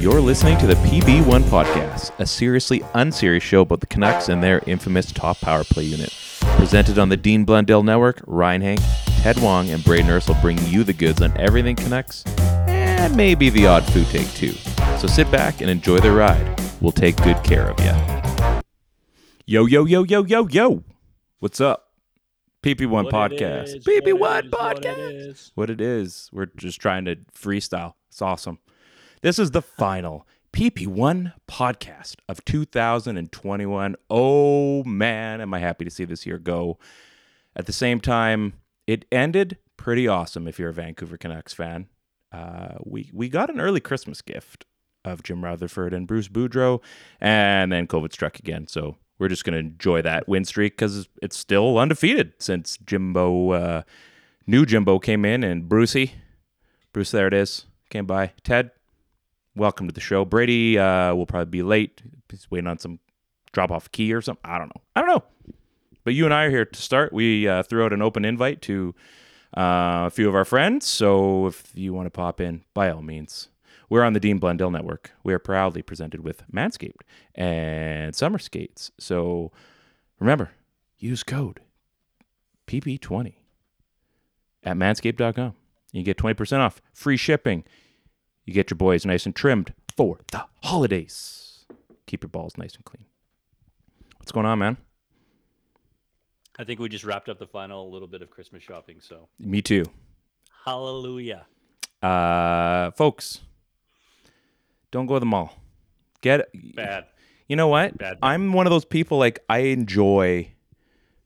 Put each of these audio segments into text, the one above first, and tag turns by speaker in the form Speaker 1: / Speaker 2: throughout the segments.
Speaker 1: You're listening to the PB1 Podcast, a seriously unserious show about the Canucks and their infamous top power play unit. Presented on the Dean Blundell Network, Ryan Hank, Ted Wong, and Braden Urse will bring you the goods on everything Canucks and maybe the odd food take too. So sit back and enjoy the ride. We'll take good care of you. Yo, yo, yo, yo, yo, yo. What's up? PP1
Speaker 2: What it
Speaker 1: Podcast.
Speaker 2: is, what
Speaker 1: PP1
Speaker 2: it is,
Speaker 1: Podcast.
Speaker 2: what it is.
Speaker 1: what it is. We're just trying to freestyle. It's awesome. This is the final PP1 podcast of 2021. Oh man, am I happy to see this year go. At the same time, it ended pretty awesome if you're a Vancouver Canucks fan. Uh, we, we got an early Christmas gift of Jim Rutherford and Bruce Boudreau, and then COVID struck again. So we're just going to enjoy that win streak because it's still undefeated since Jimbo, uh, new Jimbo came in and Brucey, Bruce, there it is, came by. Ted, welcome to the show. Brady uh, will probably be late. He's waiting on some drop off key or something. I don't know. I don't know. But you and I are here to start. We uh, threw out an open invite to uh, a few of our friends. So if you want to pop in, by all means. We're on the Dean Blundell Network. We are proudly presented with Manscaped and Summer Skates. So remember, use code PP20 at manscaped.com. You get 20% off, free shipping. You get your boys nice and trimmed for the holidays. Keep your balls nice and clean. What's going on, man?
Speaker 2: I think we just wrapped up the final little bit of Christmas shopping. So
Speaker 1: Me too.
Speaker 2: hallelujah.
Speaker 1: Uh, folks, don't go to the mall. Get
Speaker 2: Bad.
Speaker 1: You know what?
Speaker 2: Bad.
Speaker 1: I'm one of those people like I enjoy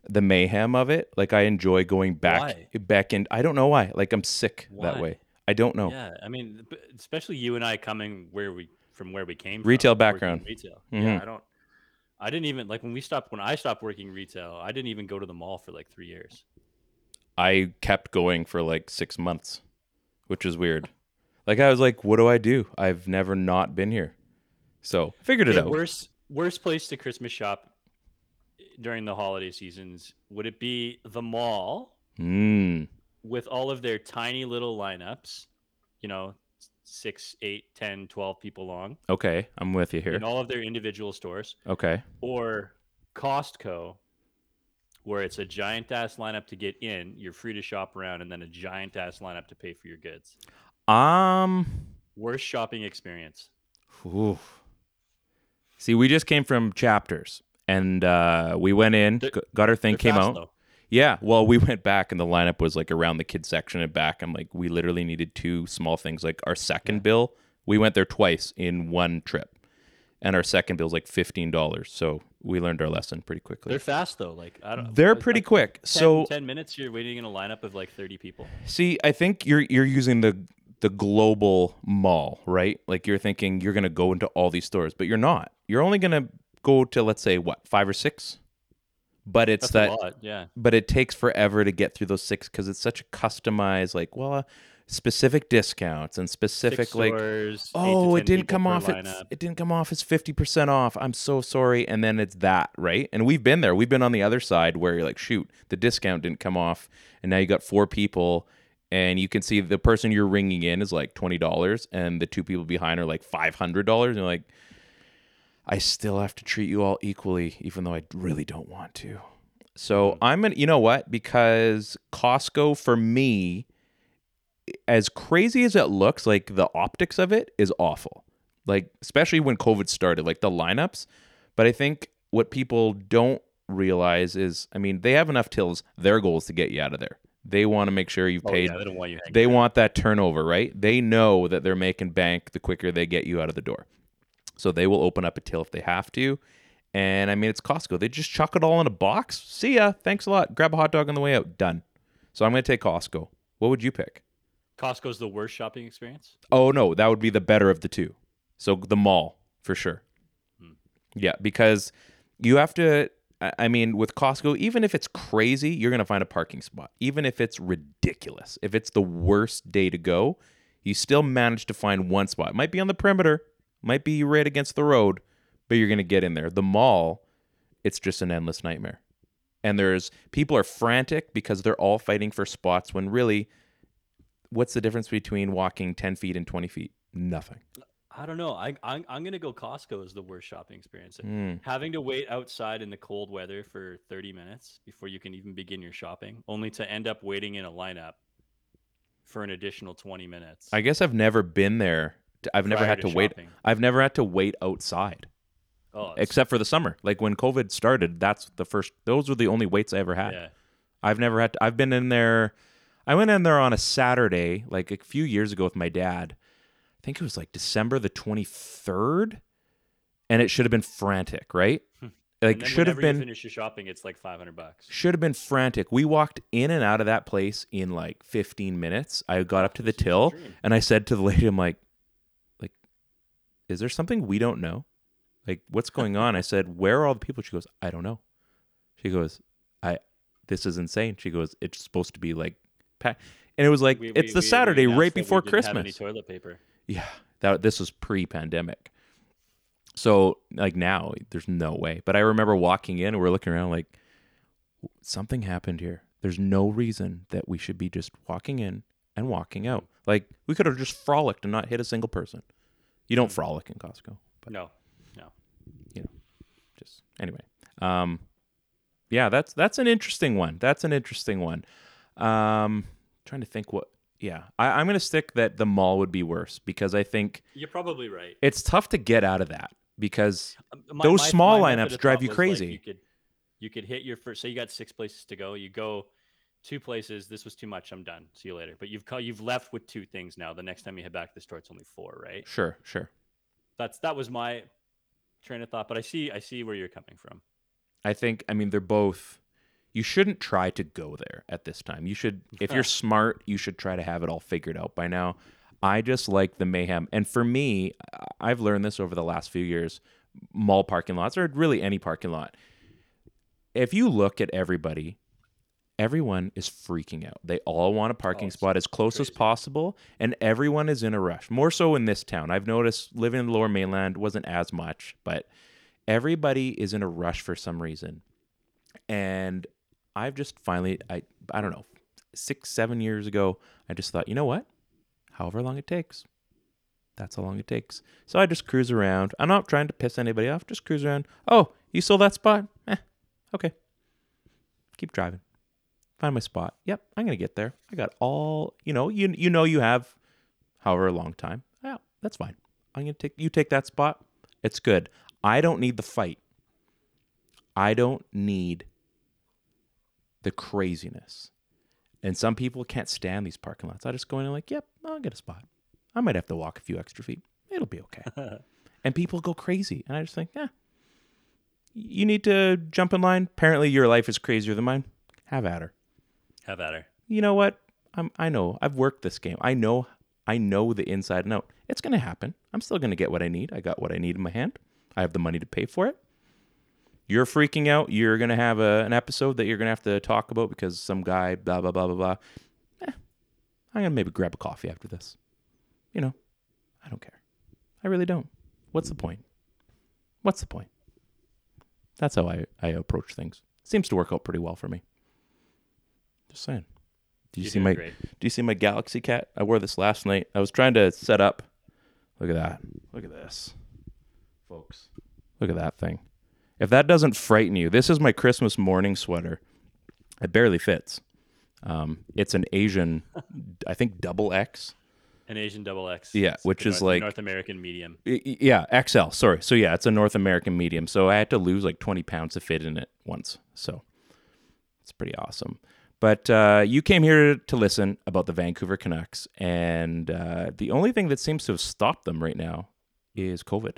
Speaker 1: the mayhem of it. Like I enjoy going back
Speaker 2: Why?
Speaker 1: back in. I don't know why. Like I'm sick that
Speaker 2: Why?
Speaker 1: way. I don't know.
Speaker 2: Yeah, I mean, b- especially you and I coming where we from where we came from.
Speaker 1: Retail
Speaker 2: working
Speaker 1: background.
Speaker 2: Retail. Yeah,
Speaker 1: Mhm.
Speaker 2: I don't. I didn't even like when we stopped when I stopped working retail. I didn't even go to the mall for like three years.
Speaker 1: I kept going for like six months, which is weird. Like I was like, what do I do? I've never not been here. So figured it
Speaker 2: Okay,
Speaker 1: out.
Speaker 2: worst worst place to Christmas shop during the holiday seasons would it be the mall
Speaker 1: Mm.
Speaker 2: with all of their tiny little lineups? You know, six, eight, ten, twelve people long
Speaker 1: Okay, I'm with you here.
Speaker 2: in all of their individual stores.
Speaker 1: Okay.
Speaker 2: or Costco, where it's a giant ass lineup to get in. You're free to shop around, and then a giant ass lineup to pay for your goods.
Speaker 1: Um.
Speaker 2: Worst shopping experience.
Speaker 1: oof. See, we just came from chapters, and uh, we went in,
Speaker 2: They're-
Speaker 1: g- got our thing,
Speaker 2: They're
Speaker 1: came
Speaker 2: fast,
Speaker 1: out.
Speaker 2: though.
Speaker 1: Yeah. Well, we went back, and the lineup was like around the kids section and back. I'm like, we literally needed two small things. Like our second bill, we went there twice in one trip, and our second bill's like fifteen dollars. So we learned our lesson pretty quickly.
Speaker 2: They're fast though. Like I don't.
Speaker 1: They're
Speaker 2: like,
Speaker 1: pretty
Speaker 2: like,
Speaker 1: quick.
Speaker 2: 10
Speaker 1: so
Speaker 2: ten minutes, you're waiting in a lineup of like thirty people.
Speaker 1: see, I think you're you're using the the global mall, right? Like you're thinking you're gonna go into all these stores, but you're not. You're only gonna go to let's say what five or six. But it's that
Speaker 2: That's a lot. Yeah.
Speaker 1: but it takes forever to get through those six because it's such a customized like well uh, specific discounts and specific
Speaker 2: Six
Speaker 1: like
Speaker 2: stores, eight to
Speaker 1: oh it
Speaker 2: 10
Speaker 1: didn't
Speaker 2: people
Speaker 1: come
Speaker 2: per
Speaker 1: off at,
Speaker 2: lineup.
Speaker 1: it didn't come off as 50% off i'm so sorry and then it's that right and we've been there we've been on the other side where you're like shoot the discount didn't come off and now you got four people and you can see the person you're ringing in is like $20 and the two people behind are like $500 and you're like i still have to treat you all equally even though i really don't want to so
Speaker 2: Hmm.
Speaker 1: i'm an you know what because costco for me as crazy as it looks, like the optics of it is awful. Like especially when COVID started, like the lineups. But I think what people don't realize is, I mean, they have enough tills. Their goal is to get you out of there. They want to make sure you've
Speaker 2: Oh,
Speaker 1: paid.
Speaker 2: yeah, they don't want you. hanging
Speaker 1: they
Speaker 2: out.
Speaker 1: want that turnover, right? They know that they're making bank the quicker they get you out of the door. So they will open up a till if they have to. And I mean, it's Costco. They just chuck it all in a box. See ya. Thanks a lot. Grab a hot dog on the way out. Done. So I'm going to take Costco. What would you pick?
Speaker 2: Costco's the worst shopping experience.
Speaker 1: Oh, no. That would be the better of the two. So the mall for sure. Yeah. Because you have to, I I mean, with Costco, even if it's crazy, you're going to find a parking spot. Even if it's ridiculous, if it's the worst day to go, you still manage to find one spot. It might be on the perimeter, might be right against the road, but you're going to get in there. The mall, it's just an endless nightmare. And there's people are frantic because they're all fighting for spots when really, what's the difference between walking 10 feet and 20 feet? Nothing.
Speaker 2: I don't know. I, I'm, I'm going to go Costco as the worst shopping experience.
Speaker 1: Hmm.
Speaker 2: Having to wait outside in the cold weather for 30 minutes before you can even begin your shopping, only to end up waiting in a lineup for an additional 20 minutes.
Speaker 1: I guess I've never been there. t- I've never
Speaker 2: Prior
Speaker 1: had to
Speaker 2: to
Speaker 1: wait.
Speaker 2: shopping.
Speaker 1: I've never had to wait outside
Speaker 2: oh, it's-
Speaker 1: except for the summer. Like when COVID started, that's the first. Those were the only waits I ever had.
Speaker 2: yeah.
Speaker 1: I've never had. To, I've been in there. I went in there on a Saturday, like a few years ago, with my dad. I think it was like December the twenty third, and it should have been frantic, right?
Speaker 2: Hmm. And
Speaker 1: Like
Speaker 2: then
Speaker 1: should have
Speaker 2: whenever you
Speaker 1: been
Speaker 2: finish your shopping, it's like 500 bucks.
Speaker 1: should have been frantic. We walked in and out of that place in like 15 minutes. I got up to the
Speaker 2: This is a
Speaker 1: till
Speaker 2: dream.
Speaker 1: and I said to the lady, I'm like, like, is there something we don't know? Like, what's going on? I said, where are all the people? She goes, I don't know. She goes, I, this is insane. She goes, it's supposed to be like, pa-. and it was like,
Speaker 2: We- we-
Speaker 1: it's the
Speaker 2: we- we
Speaker 1: Saturday
Speaker 2: announced
Speaker 1: right
Speaker 2: that we
Speaker 1: before
Speaker 2: didn't have any
Speaker 1: Christmas.
Speaker 2: toilet paper.
Speaker 1: Yeah, that this was pre-pandemic. So like now, there's no way. But I remember walking in and we're looking around like something happened here. There's no reason that we should be just walking in and walking out. Like we could have just frolicked and not hit a single person. You don't frolic in Costco, but
Speaker 2: No, no.
Speaker 1: you know, just anyway. Um, yeah, that's that's an interesting one. That's an interesting one. Um, trying to think what. Yeah, I, I'm gonna stick that the mall would be worse because I think
Speaker 2: You're probably right.
Speaker 1: it's tough to get out of that because
Speaker 2: Um, my-
Speaker 1: Those
Speaker 2: my-
Speaker 1: small
Speaker 2: my method
Speaker 1: lineups
Speaker 2: of
Speaker 1: drive
Speaker 2: thought
Speaker 1: you
Speaker 2: was, like,
Speaker 1: crazy.
Speaker 2: you could you could hit your first. So you got six places to go. You go two places. This was too much. I'm done. See you later. But you've ca- you've left with two things now. The next time you head back to the store, it's only four. Right.
Speaker 1: sure, sure.
Speaker 2: That's that was my train of thought. But I see I see where you're coming from.
Speaker 1: I think I mean they're both you shouldn't try to go there at this time. You should if you're smart, you should try to have it all figured out by now. I just like the mayhem. And for me, I- I've learned this over the last few years, mall parking lots or really any parking lot. If you look at everybody, everyone is freaking out. They all want a parking spot as close as possible, and everyone is in a rush. More so in this town. I've noticed living in the lower mainland wasn't as much, but everybody is in a rush for some reason. And I've just finally I I don't know, six, seven years ago, I just thought, you know what? However long it takes. That's how long it takes. So I just cruise around. I'm not trying to piss anybody off, just cruise around. Oh, you sold that spot? Eh, okay. Keep driving find my spot. Yep, I'm gonna get there. I got all you know. You you know you have however long time. Yeah, that's fine. I'm gonna take you take that spot. It's good. I don't need the fight. I don't need the craziness. And some people can't stand these parking lots. I just go in and like, yep, I'll get a spot. I might have to walk a few extra feet. It'll be okay. and people go crazy. And I just think, yeah, you need to jump in line. Apparently, your life is crazier than mine. Have at her
Speaker 2: Have at her.
Speaker 1: you know what? I'm I know. I've worked this game. I know I know the inside and out. It's gonna happen. I'm still gonna get what I need. I got what I need in my hand. I have the money to pay for it. You're freaking out. You're gonna have a, an episode that you're gonna have to talk about because some guy blah blah blah blah blah. Eh, I'm gonna maybe grab a coffee after this. You know, I don't care. I really don't. What's the point? What's the point? That's how I, I approach things. Seems to work out pretty well for me. Just saying. Do you
Speaker 2: You're
Speaker 1: see
Speaker 2: doing
Speaker 1: my
Speaker 2: great.
Speaker 1: do you see my Galaxy Cat? I wore this last night. I was trying to set up. Look at that. Look at this. Folks. Look at that thing. If that doesn't frighten you, this is my Christmas morning sweater. It barely fits. Um, it's an Asian, I think double X.
Speaker 2: An Asian double X.
Speaker 1: Yeah,
Speaker 2: It's the
Speaker 1: which is
Speaker 2: North-
Speaker 1: like-
Speaker 2: North American medium.
Speaker 1: Y- y- Yeah, XL. Sorry. So yeah, it's a North American medium. So I had to lose like 20 pounds to fit in it once. So it's pretty awesome. But uh, you came here to listen about the Vancouver Canucks, and uh, the only thing that seems to have stopped them right now is COVID,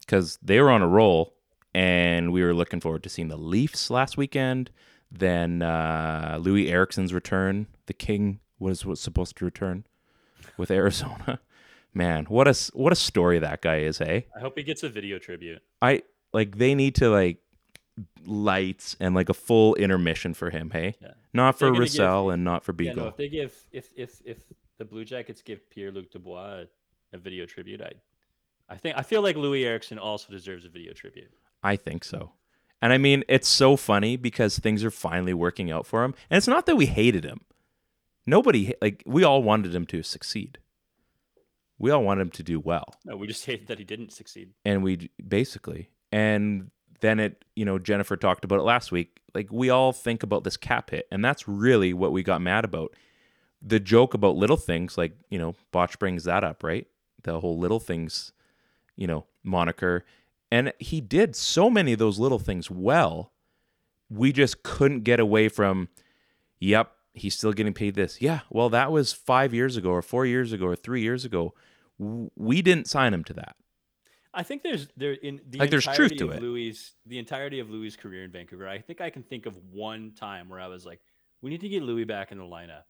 Speaker 1: because they were on a roll and we were looking forward to seeing the Leafs last weekend. Then uh, Louis Erickson's return. The King was was supposed to return with Arizona. Man, what a s- what a story that guy is, hey.
Speaker 2: I hope he gets a video tribute.
Speaker 1: I like they need to like lights and like a full intermission for him, hey?
Speaker 2: Yeah.
Speaker 1: Not
Speaker 2: They're
Speaker 1: for
Speaker 2: gonna give-
Speaker 1: Russell and not for
Speaker 2: Yeah,
Speaker 1: Beagle.
Speaker 2: no, if they give if if if the Blue Jackets give Pierre Luc Dubois a, a video tribute, I I think I feel like Louis Erickson also deserves a video tribute.
Speaker 1: I think so. And I mean, it's so funny because things are finally working out for him. And it's not that we hated him. Nobody like we all wanted him to succeed. We all wanted him to do well.
Speaker 2: No, we just hate that he didn't succeed.
Speaker 1: and we basically and then it you know jennifer talked about it last week like we all think about this cap hit and that's really what we got mad about the joke about little things like you know botch brings that up right the whole little things you know moniker and he did so many of those little things well we just couldn't get away from yep he's still getting paid this yeah well that was five years ago or four years ago or three years ago W- we didn't sign him to that
Speaker 2: I think there's there in the
Speaker 1: Like, there's truth
Speaker 2: entirety
Speaker 1: to
Speaker 2: of
Speaker 1: it.
Speaker 2: Louis the entirety of Louis' career in Vancouver. I think I can think of one time where I was like, we need to get Louis back in the lineup.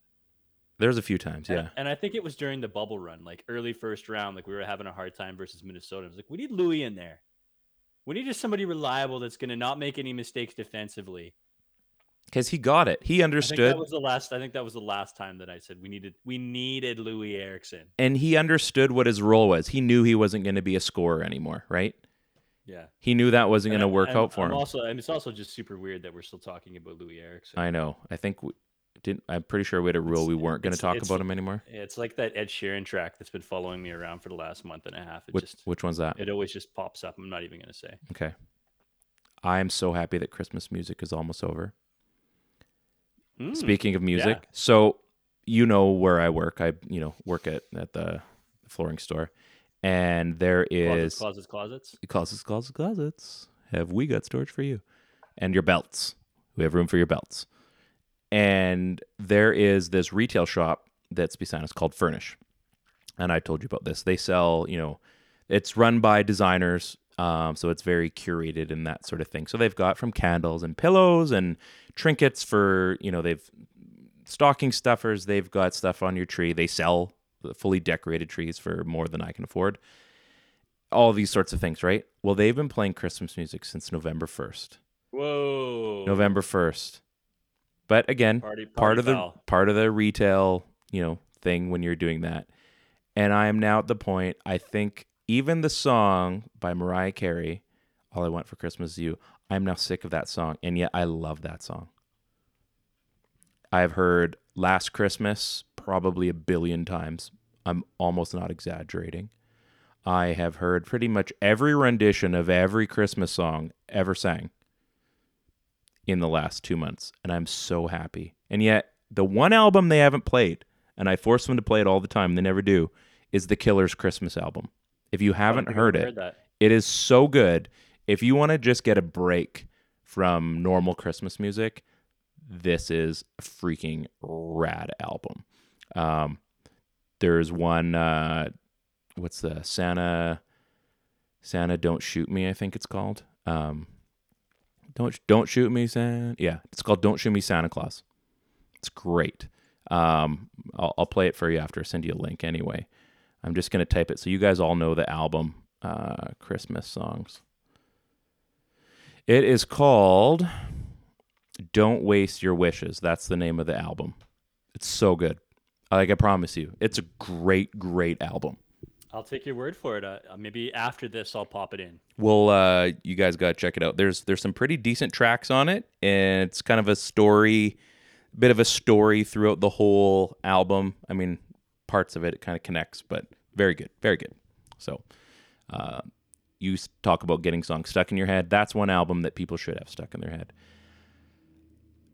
Speaker 1: There's a few times,
Speaker 2: And-
Speaker 1: yeah.
Speaker 2: And I think it was during the bubble run, like early first round, like we were having a hard time versus Minnesota. I was like, we need Louis in there. We need just somebody reliable that's going to not make any mistakes defensively.
Speaker 1: Because he got it. He
Speaker 2: I think
Speaker 1: understood
Speaker 2: that was the last. I think that was the last time that I said we needed we needed Louis Erickson.
Speaker 1: and he understood what his role was. He knew he wasn't going to be a scorer anymore, right?
Speaker 2: Yeah,
Speaker 1: He knew that wasn't going to
Speaker 2: And-
Speaker 1: work
Speaker 2: and
Speaker 1: out for
Speaker 2: I'm
Speaker 1: him.
Speaker 2: Also, and it's also just super weird that we're still talking about Louis Erickson.
Speaker 1: I know. I think we didn't I'm pretty sure we had a rule
Speaker 2: It's-
Speaker 1: we weren't going to
Speaker 2: it's-
Speaker 1: talk
Speaker 2: it's-
Speaker 1: about him anymore.
Speaker 2: It's like that Ed Sheeran track that's been following me around for the last month and a half. It
Speaker 1: Which
Speaker 2: just
Speaker 1: which one's that?
Speaker 2: it always just pops up. I'm not even gonna say.
Speaker 1: Okay. I'm so happy that Christmas music is almost over.
Speaker 2: Mm,
Speaker 1: Speaking of music, so you know where I work. I you know work at at the flooring store, and there is
Speaker 2: closets, closets,
Speaker 1: closets,
Speaker 2: closets.
Speaker 1: closets, closets. Have we got storage for you? And your belts. We have room for your belts. And there is this retail shop that's beside us called Furnish. And I told you about this. They sell, you know, it's run by designers. Um, so it's very curated and that sort of thing. So they've got from candles and pillows and trinkets for, you know, they've stocking stuffers. They've got stuff on your tree. They sell the fully decorated trees for more than I can afford all these sorts of things, right? Well, they've been playing Christmas music since November 1st.
Speaker 2: Whoa.
Speaker 1: November 1st. But again,
Speaker 2: Party-
Speaker 1: part
Speaker 2: party
Speaker 1: of the
Speaker 2: foul.
Speaker 1: part of the retail, you know, thing when you're doing that. And I am now at the point I think even the song by Mariah Carey, All I Want for Christmas is You, I'm now sick of that song and yet I love that song. I've heard Last Christmas probably a billion times. I'm almost not exaggerating. I have heard pretty much every rendition of every Christmas song ever sang in the last two months, and I'm so happy. And yet, the one album they haven't played, and I force them to play it all the time, they never do, is the Killer's Christmas album. If you haven't
Speaker 2: think I've
Speaker 1: heard
Speaker 2: ever
Speaker 1: it,
Speaker 2: heard that.
Speaker 1: it is so good. If you want to just get a break from normal Christmas music, this is a freaking rad album. Um, there's one, uh, what's the Santa, Santa Don't Shoot Me, I think it's called. Um, don't don't shoot me, Santa. Yeah, it's called Don't Shoot Me, Santa Claus. It's great. Um, I'll, I'll play it for you after. Send you a link anyway. I'm just gonna type it so you guys all know the album uh, Christmas songs. It is called "Don't Waste Your Wishes." That's the name of the album. It's so good. Like I promise you, it's a great, great album.
Speaker 2: I'll take your word for it. Uh, maybe after this, I'll pop it in.
Speaker 1: Well, uh, you guys got to check it out. There's there's some pretty decent tracks on it, and it's kind of a story, bit of a story throughout the whole album. I mean, parts of it it kind of connects, but very good, very good. So, uh, you s- talk about getting songs stuck in your head. That's one album that people should have stuck in their head.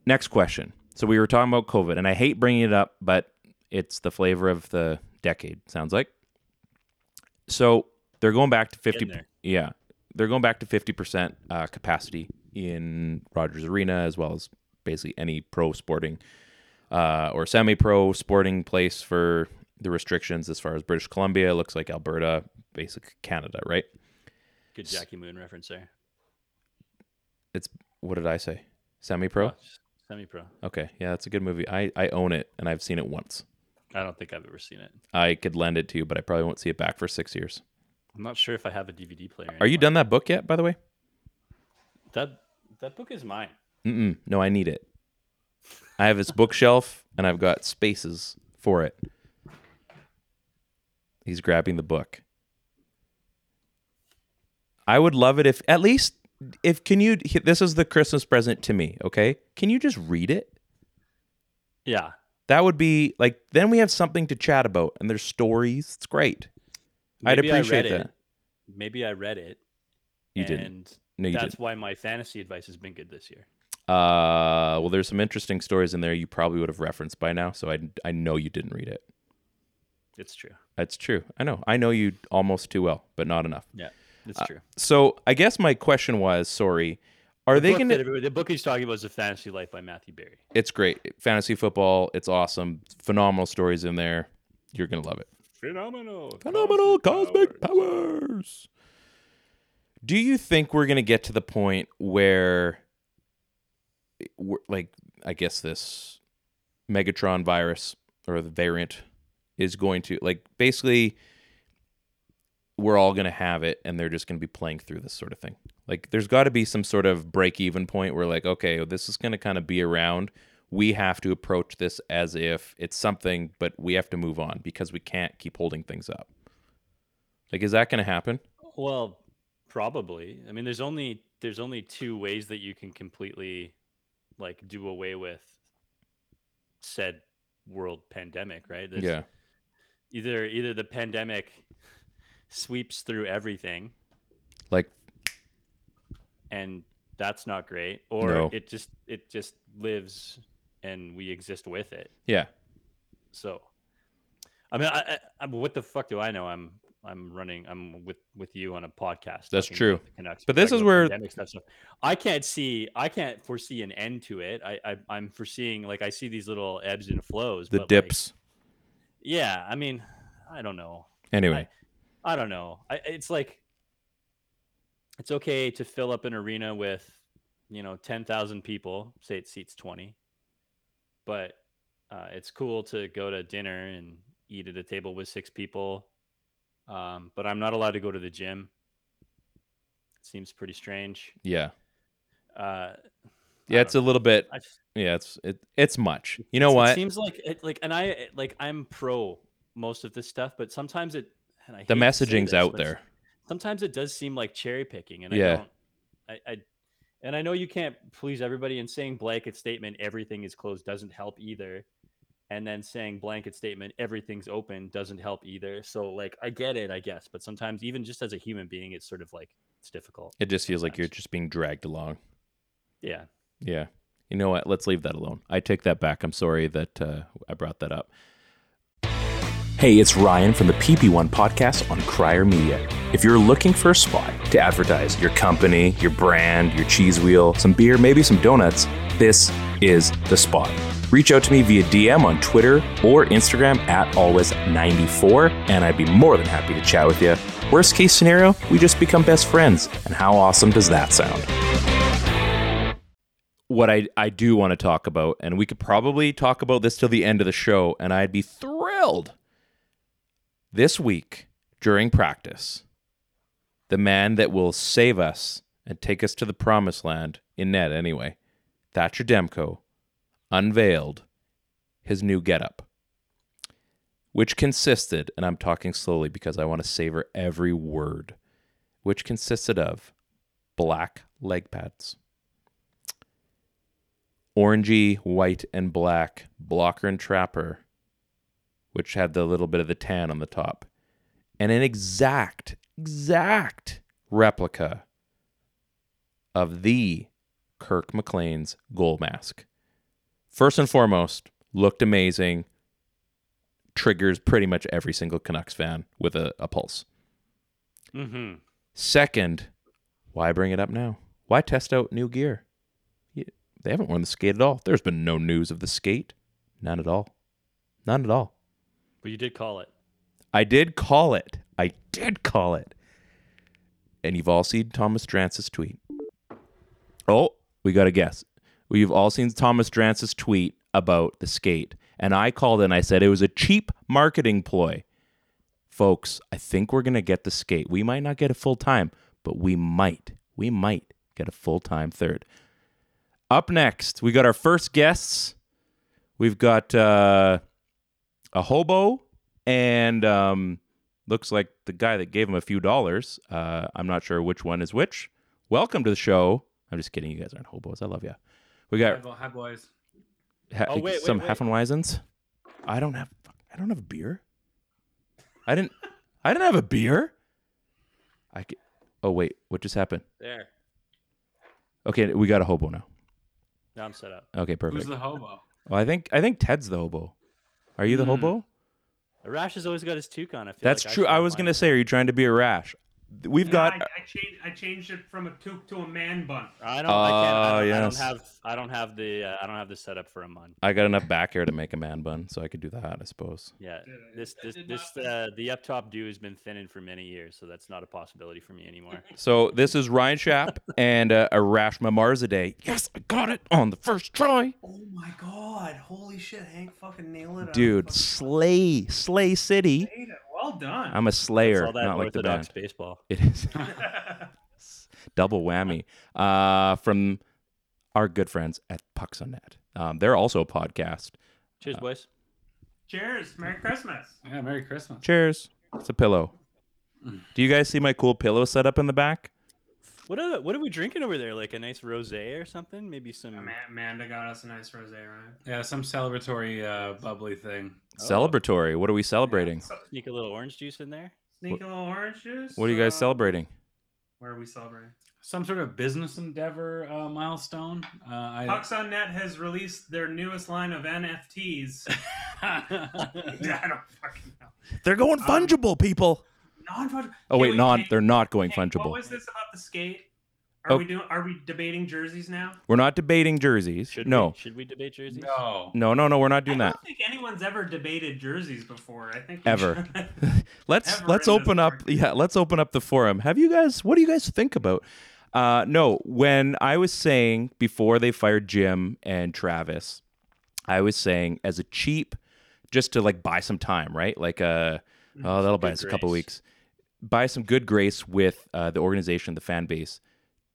Speaker 1: Next question. So we were talking about COVID, and I hate bringing it up, but it's the flavor of the decade. Sounds like. So they're going back to fifty.
Speaker 2: there.
Speaker 1: Yeah, they're going back to fifty percent uh, capacity in Rogers Arena, as well as basically any pro sporting uh, or semi-pro sporting place for the restrictions as far as British Columbia. It looks like Alberta, basic Canada, right?
Speaker 2: Good Jackie Moon reference there.
Speaker 1: It's what did I say? Semi pro.
Speaker 2: Semi pro.
Speaker 1: Okay, yeah, that's a good movie. I I own it and I've seen it once.
Speaker 2: I don't think I've ever seen it.
Speaker 1: I could lend it to you, but I probably won't see it back for six years.
Speaker 2: I'm not sure if I have a DVD player.
Speaker 1: Are you
Speaker 2: anymore.
Speaker 1: done that book yet? By the way.
Speaker 2: That that book is mine.
Speaker 1: Mm-mm, no, I need it. I have its bookshelf and I've got spaces for it. He's grabbing the book. I would love it if at least if can you this is the Christmas present to me, okay? Can you just read it?
Speaker 2: Yeah.
Speaker 1: That would be like then we have something to chat about and there's stories. It's great. I'd
Speaker 2: Maybe I read
Speaker 1: appreciate
Speaker 2: it.
Speaker 1: that.
Speaker 2: Maybe I read it.
Speaker 1: You didn't.
Speaker 2: and
Speaker 1: No, you
Speaker 2: that's
Speaker 1: didn't.
Speaker 2: why my fantasy advice has been good this year.
Speaker 1: Uh well there's some interesting stories in there you probably would have referenced by now, so I I know you didn't read it.
Speaker 2: It's true.
Speaker 1: That's true. I know. I know you almost too well, but not enough.
Speaker 2: Yeah, it's
Speaker 1: Uh,
Speaker 2: true.
Speaker 1: So I guess my question was, sorry, are
Speaker 2: The
Speaker 1: they
Speaker 2: book
Speaker 1: going
Speaker 2: that
Speaker 1: to?
Speaker 2: everybody- the book he's talking about is The Fantasy Life by Matthew Berry.
Speaker 1: It's great. Fantasy football. It's awesome. Phenomenal stories in there. You're gonna love it.
Speaker 2: Phenomenal.
Speaker 1: Phenomenal cosmic powers. Do you think we're gonna get to the point where, we're, like, I guess this Megatron virus or the variant is going to like basically we're all going to have it and they're just going to be playing through this sort of thing. Like there's got to be some sort of break even point where like okay, this is going to kind of be around. We have to approach this as if it's something but we have to move on because we can't keep holding things up. Like is that going to happen?
Speaker 2: Well, probably. I mean, there's only there's only two ways that you can completely like do away with said world pandemic, right? There's
Speaker 1: yeah.
Speaker 2: Either either the pandemic sweeps through everything
Speaker 1: Like
Speaker 2: and that's not great or
Speaker 1: No.
Speaker 2: it just it just lives and we exist with it.
Speaker 1: yeah.
Speaker 2: So, I mean, I, I, I, what the fuck do I know? I'm I'm running. I'm with with you on a podcast.
Speaker 1: That's
Speaker 2: talking
Speaker 1: true.
Speaker 2: about the Canucks,
Speaker 1: But this
Speaker 2: talking
Speaker 1: is
Speaker 2: about
Speaker 1: where-
Speaker 2: pandemic stuff, so I can't see. I can't foresee an end to it. I, I I'm foreseeing like I see these little ebbs and flows.
Speaker 1: The
Speaker 2: but, like,
Speaker 1: dips.
Speaker 2: yeah, I mean, I don't know.
Speaker 1: anyway.
Speaker 2: I don't know. I, it's like it's okay to fill up an arena with you know ten thousand people. Say it seats twenty, but uh, it's cool to go to dinner and eat at a table with six people. Um, but I'm not allowed to go to the gym. seems pretty strange.
Speaker 1: yeah.
Speaker 2: Uh,
Speaker 1: Yeah, it's a little bit
Speaker 2: I just-
Speaker 1: yeah, it's it, it's much. You know
Speaker 2: it
Speaker 1: what?
Speaker 2: seems like it, like and I it- like I'm pro most of this stuff, but sometimes it and I hate
Speaker 1: the
Speaker 2: to say
Speaker 1: messaging's
Speaker 2: this,
Speaker 1: out
Speaker 2: but s-
Speaker 1: there.
Speaker 2: sometimes it does seem like cherry picking and
Speaker 1: Yeah.
Speaker 2: i don't I, I and i know you can't please everybody and saying blanket statement everything is closed doesn't help either and then saying blanket statement everything's open doesn't help either so like i get it i guess but sometimes even just as a human being it's sort of like it's difficult
Speaker 1: It just feels like you're
Speaker 2: sometimes.
Speaker 1: just being dragged along.
Speaker 2: yeah
Speaker 1: Yeah. You know what? Let's leave that alone. I take that back. I'm sorry that uh, I brought that up.
Speaker 3: Hey, it's Ryan from the PP1 podcast on Crier Media. If you're looking for a spot to advertise your company, your brand, your cheese wheel, some beer, maybe some donuts, this is the spot. Reach out to me via DM on Twitter or Instagram at always94, and I'd be more than happy to chat with you. Worst case scenario, we just become best friends. And how awesome does that sound?
Speaker 1: What I, I do want to talk about, and we could probably talk about this till the end of the show, and I'd be thrilled. This week, during practice, the man that will save us and take us to the promised land, in net anyway, Thatcher Demko, unveiled his new getup, which consisted, and I'm talking slowly because I want to savor every word, which consisted of black leg pads, orangey, white, and black blocker and trapper, which had the little bit of the tan on the top, and an exact, exact replica of the Kirk McLean's gold mask. First and foremost, looked amazing. Triggers pretty much every single Canucks fan with a, a pulse.
Speaker 2: mm-hmm
Speaker 1: Second, why bring it up now? Why test out new gear? You- They haven't worn the skate at all. There's been no news of the skate. None at all. None at all.
Speaker 2: but you did call it
Speaker 1: I did call it. I did call it. And you've all seen Thomas Drance's tweet. Oh, we got a guess. We've all seen Thomas Drance's tweet about the skate, and I called and I said it was a cheap marketing ploy. Folks, I think we're gonna get the skate. We might not get a full time, but we might, we might get a full time third. Up next, we got our first guests. We've got uh, a hobo and um, looks like the guy that gave him a few dollars. Uh, I'm not sure which one is which. Welcome to the show. I'm just kidding. You guys aren't hobos. I love you. We
Speaker 4: Hi,
Speaker 1: got
Speaker 4: bo- hi, boys.
Speaker 1: ha-
Speaker 2: Oh, wait, wait,
Speaker 1: some
Speaker 2: wait.
Speaker 1: Heffenweisens. I don't have. I don't have a beer. I didn't. I didn't have a beer. I. c- Oh wait, what just happened?
Speaker 2: There.
Speaker 1: Okay, we got a hobo now.
Speaker 2: Now I'm set up.
Speaker 1: Okay,
Speaker 4: Who's
Speaker 1: perfect.
Speaker 4: the hobo?
Speaker 1: Well, I think I think Ted's the hobo. Are you the
Speaker 4: Hmm.
Speaker 1: hobo?
Speaker 2: Rash has always got his toque on. I feel
Speaker 1: That's
Speaker 2: like
Speaker 1: true.
Speaker 2: should
Speaker 1: I
Speaker 2: have
Speaker 1: was
Speaker 2: mine.
Speaker 1: gonna say, are you trying to be a rash? We've
Speaker 5: No,
Speaker 1: got
Speaker 5: I, I changed. I changed it from a toque to a man bun.
Speaker 2: I don't. I, can't, I,
Speaker 1: Oh,
Speaker 2: don't, I don't
Speaker 1: yes.
Speaker 2: have. I don't have the. Uh, I don't have the setup for a month
Speaker 1: I got enough back hair to make a man bun, so I could do that, I suppose.
Speaker 2: Yeah.
Speaker 5: I-
Speaker 2: This.
Speaker 4: I
Speaker 2: This.
Speaker 4: did
Speaker 2: This.
Speaker 4: not-
Speaker 2: Uh, the up top do has been thinning for many years, so that's not a possibility for me anymore.
Speaker 1: So this is Ryan Schapp and uh, Arashma Marzaday. Yes, I got it on the first try,
Speaker 5: Oh my god! Holy shit, Hank! Fucking nailed it,
Speaker 1: dude. Slay, Slay City.
Speaker 5: Well done.
Speaker 1: I'm a slayer,
Speaker 2: It's all that
Speaker 1: not like the
Speaker 2: orthodox
Speaker 1: band.
Speaker 2: baseball.
Speaker 1: It is double whammy uh, from our good friends at Pucks on Net. Um, they're also a podcast.
Speaker 2: Cheers, boys.
Speaker 5: Cheers! Merry Christmas.
Speaker 4: Yeah, Merry Christmas.
Speaker 1: Cheers. It's a pillow. Do you guys see my cool pillow set up in the back?
Speaker 2: What are What are we drinking over there? Like a nice rosé or something? Maybe some.
Speaker 5: Ama- Amanda got us a nice rosé, right?
Speaker 4: Yeah, some celebratory uh, bubbly thing.
Speaker 2: Oh.
Speaker 1: Celebratory. What are we celebrating?
Speaker 5: So,
Speaker 2: Sneak a little orange juice in there.
Speaker 5: sneak a little orange juice.
Speaker 1: What are you guys
Speaker 5: uh,
Speaker 1: celebrating?
Speaker 5: Where are we celebrating?
Speaker 4: Some sort of business endeavor uh, milestone. Uh, I,
Speaker 5: Pucks on Net has released their newest line of NFTs. I don't fucking know.
Speaker 1: They're going
Speaker 2: Um,
Speaker 1: fungible, people.
Speaker 5: Non-fungible.
Speaker 1: Oh wait,
Speaker 5: Can we-
Speaker 1: non.
Speaker 5: Hank-
Speaker 1: They're not going
Speaker 5: Hank, What
Speaker 1: fungible.
Speaker 5: was this about the skate? Are
Speaker 1: Oh.
Speaker 5: we doing? Are we debating jerseys now?
Speaker 1: We're not debating jerseys.
Speaker 2: Should
Speaker 1: no,
Speaker 2: We, should we debate jerseys?
Speaker 4: no.
Speaker 1: no, no, no. We're not doing
Speaker 5: I
Speaker 1: that.
Speaker 5: don't think anyone's ever debated jerseys before. I think we
Speaker 1: Ever.
Speaker 5: should.
Speaker 1: let's
Speaker 5: ever
Speaker 1: let's
Speaker 5: in this
Speaker 1: open up
Speaker 5: market.
Speaker 1: yeah let's open up the forum have you guys what do you guys think about uh no when i was saying before they fired jim and travis i was saying as a cheap just to like buy some time right like uh oh that'll buy
Speaker 2: Mm-hmm. Good
Speaker 1: us a couple
Speaker 2: grace.
Speaker 1: weeks buy some good grace with uh, the organization the fan base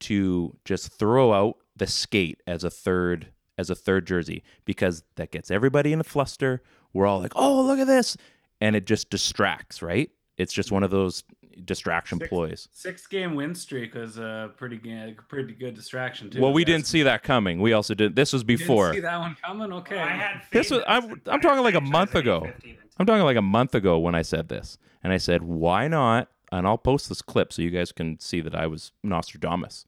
Speaker 1: to just throw out the skate as a third as a third jersey because that gets everybody in a fluster. We're all like, "Oh, look at this," and it just distracts, right? It's just one of those distraction
Speaker 4: Six-
Speaker 1: ploys.
Speaker 4: Six game win streak was a pretty ga- pretty good distraction too.
Speaker 1: Well,
Speaker 4: I
Speaker 1: we
Speaker 4: guess.
Speaker 1: didn't see that coming. We also did. This was
Speaker 4: You didn't
Speaker 1: before.
Speaker 4: see that one coming. Okay.
Speaker 5: I had faith
Speaker 1: This was-
Speaker 5: in
Speaker 1: I'm-
Speaker 5: this
Speaker 1: I'm talking like a
Speaker 5: franchise
Speaker 1: month
Speaker 5: in
Speaker 1: ago.
Speaker 5: 815.
Speaker 1: I'm talking like a month ago when I said this, and I said, "Why not?" And I'll post this clip so you guys can see that I was Nostradamus.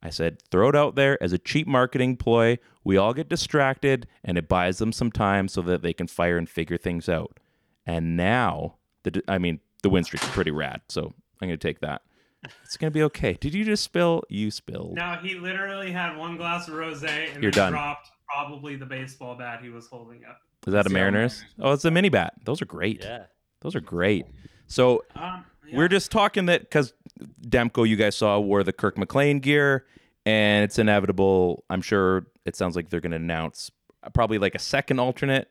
Speaker 1: I said, "Throw it out there as a cheap marketing ploy. We all get distracted, and it buys them some time so that they can fire and figure things out." And now, the I mean, the win streak's pretty rad, so I'm gonna take that. It's gonna be okay. Did you just spill? You spilled.
Speaker 5: Now he literally had one glass of rosé and
Speaker 1: You're done.
Speaker 5: then dropped probably the baseball bat he was holding up.
Speaker 1: Is that a
Speaker 4: It's the
Speaker 1: Mariners? Oh, it's a mini bat. Those are great.
Speaker 2: Yeah.
Speaker 1: Those are great. So
Speaker 5: Um, yeah.
Speaker 1: We're just talking that because Demko, you guys saw, wore the Kirk McLean gear, and it's inevitable. I'm sure it sounds like they're going to announce probably like a second alternate.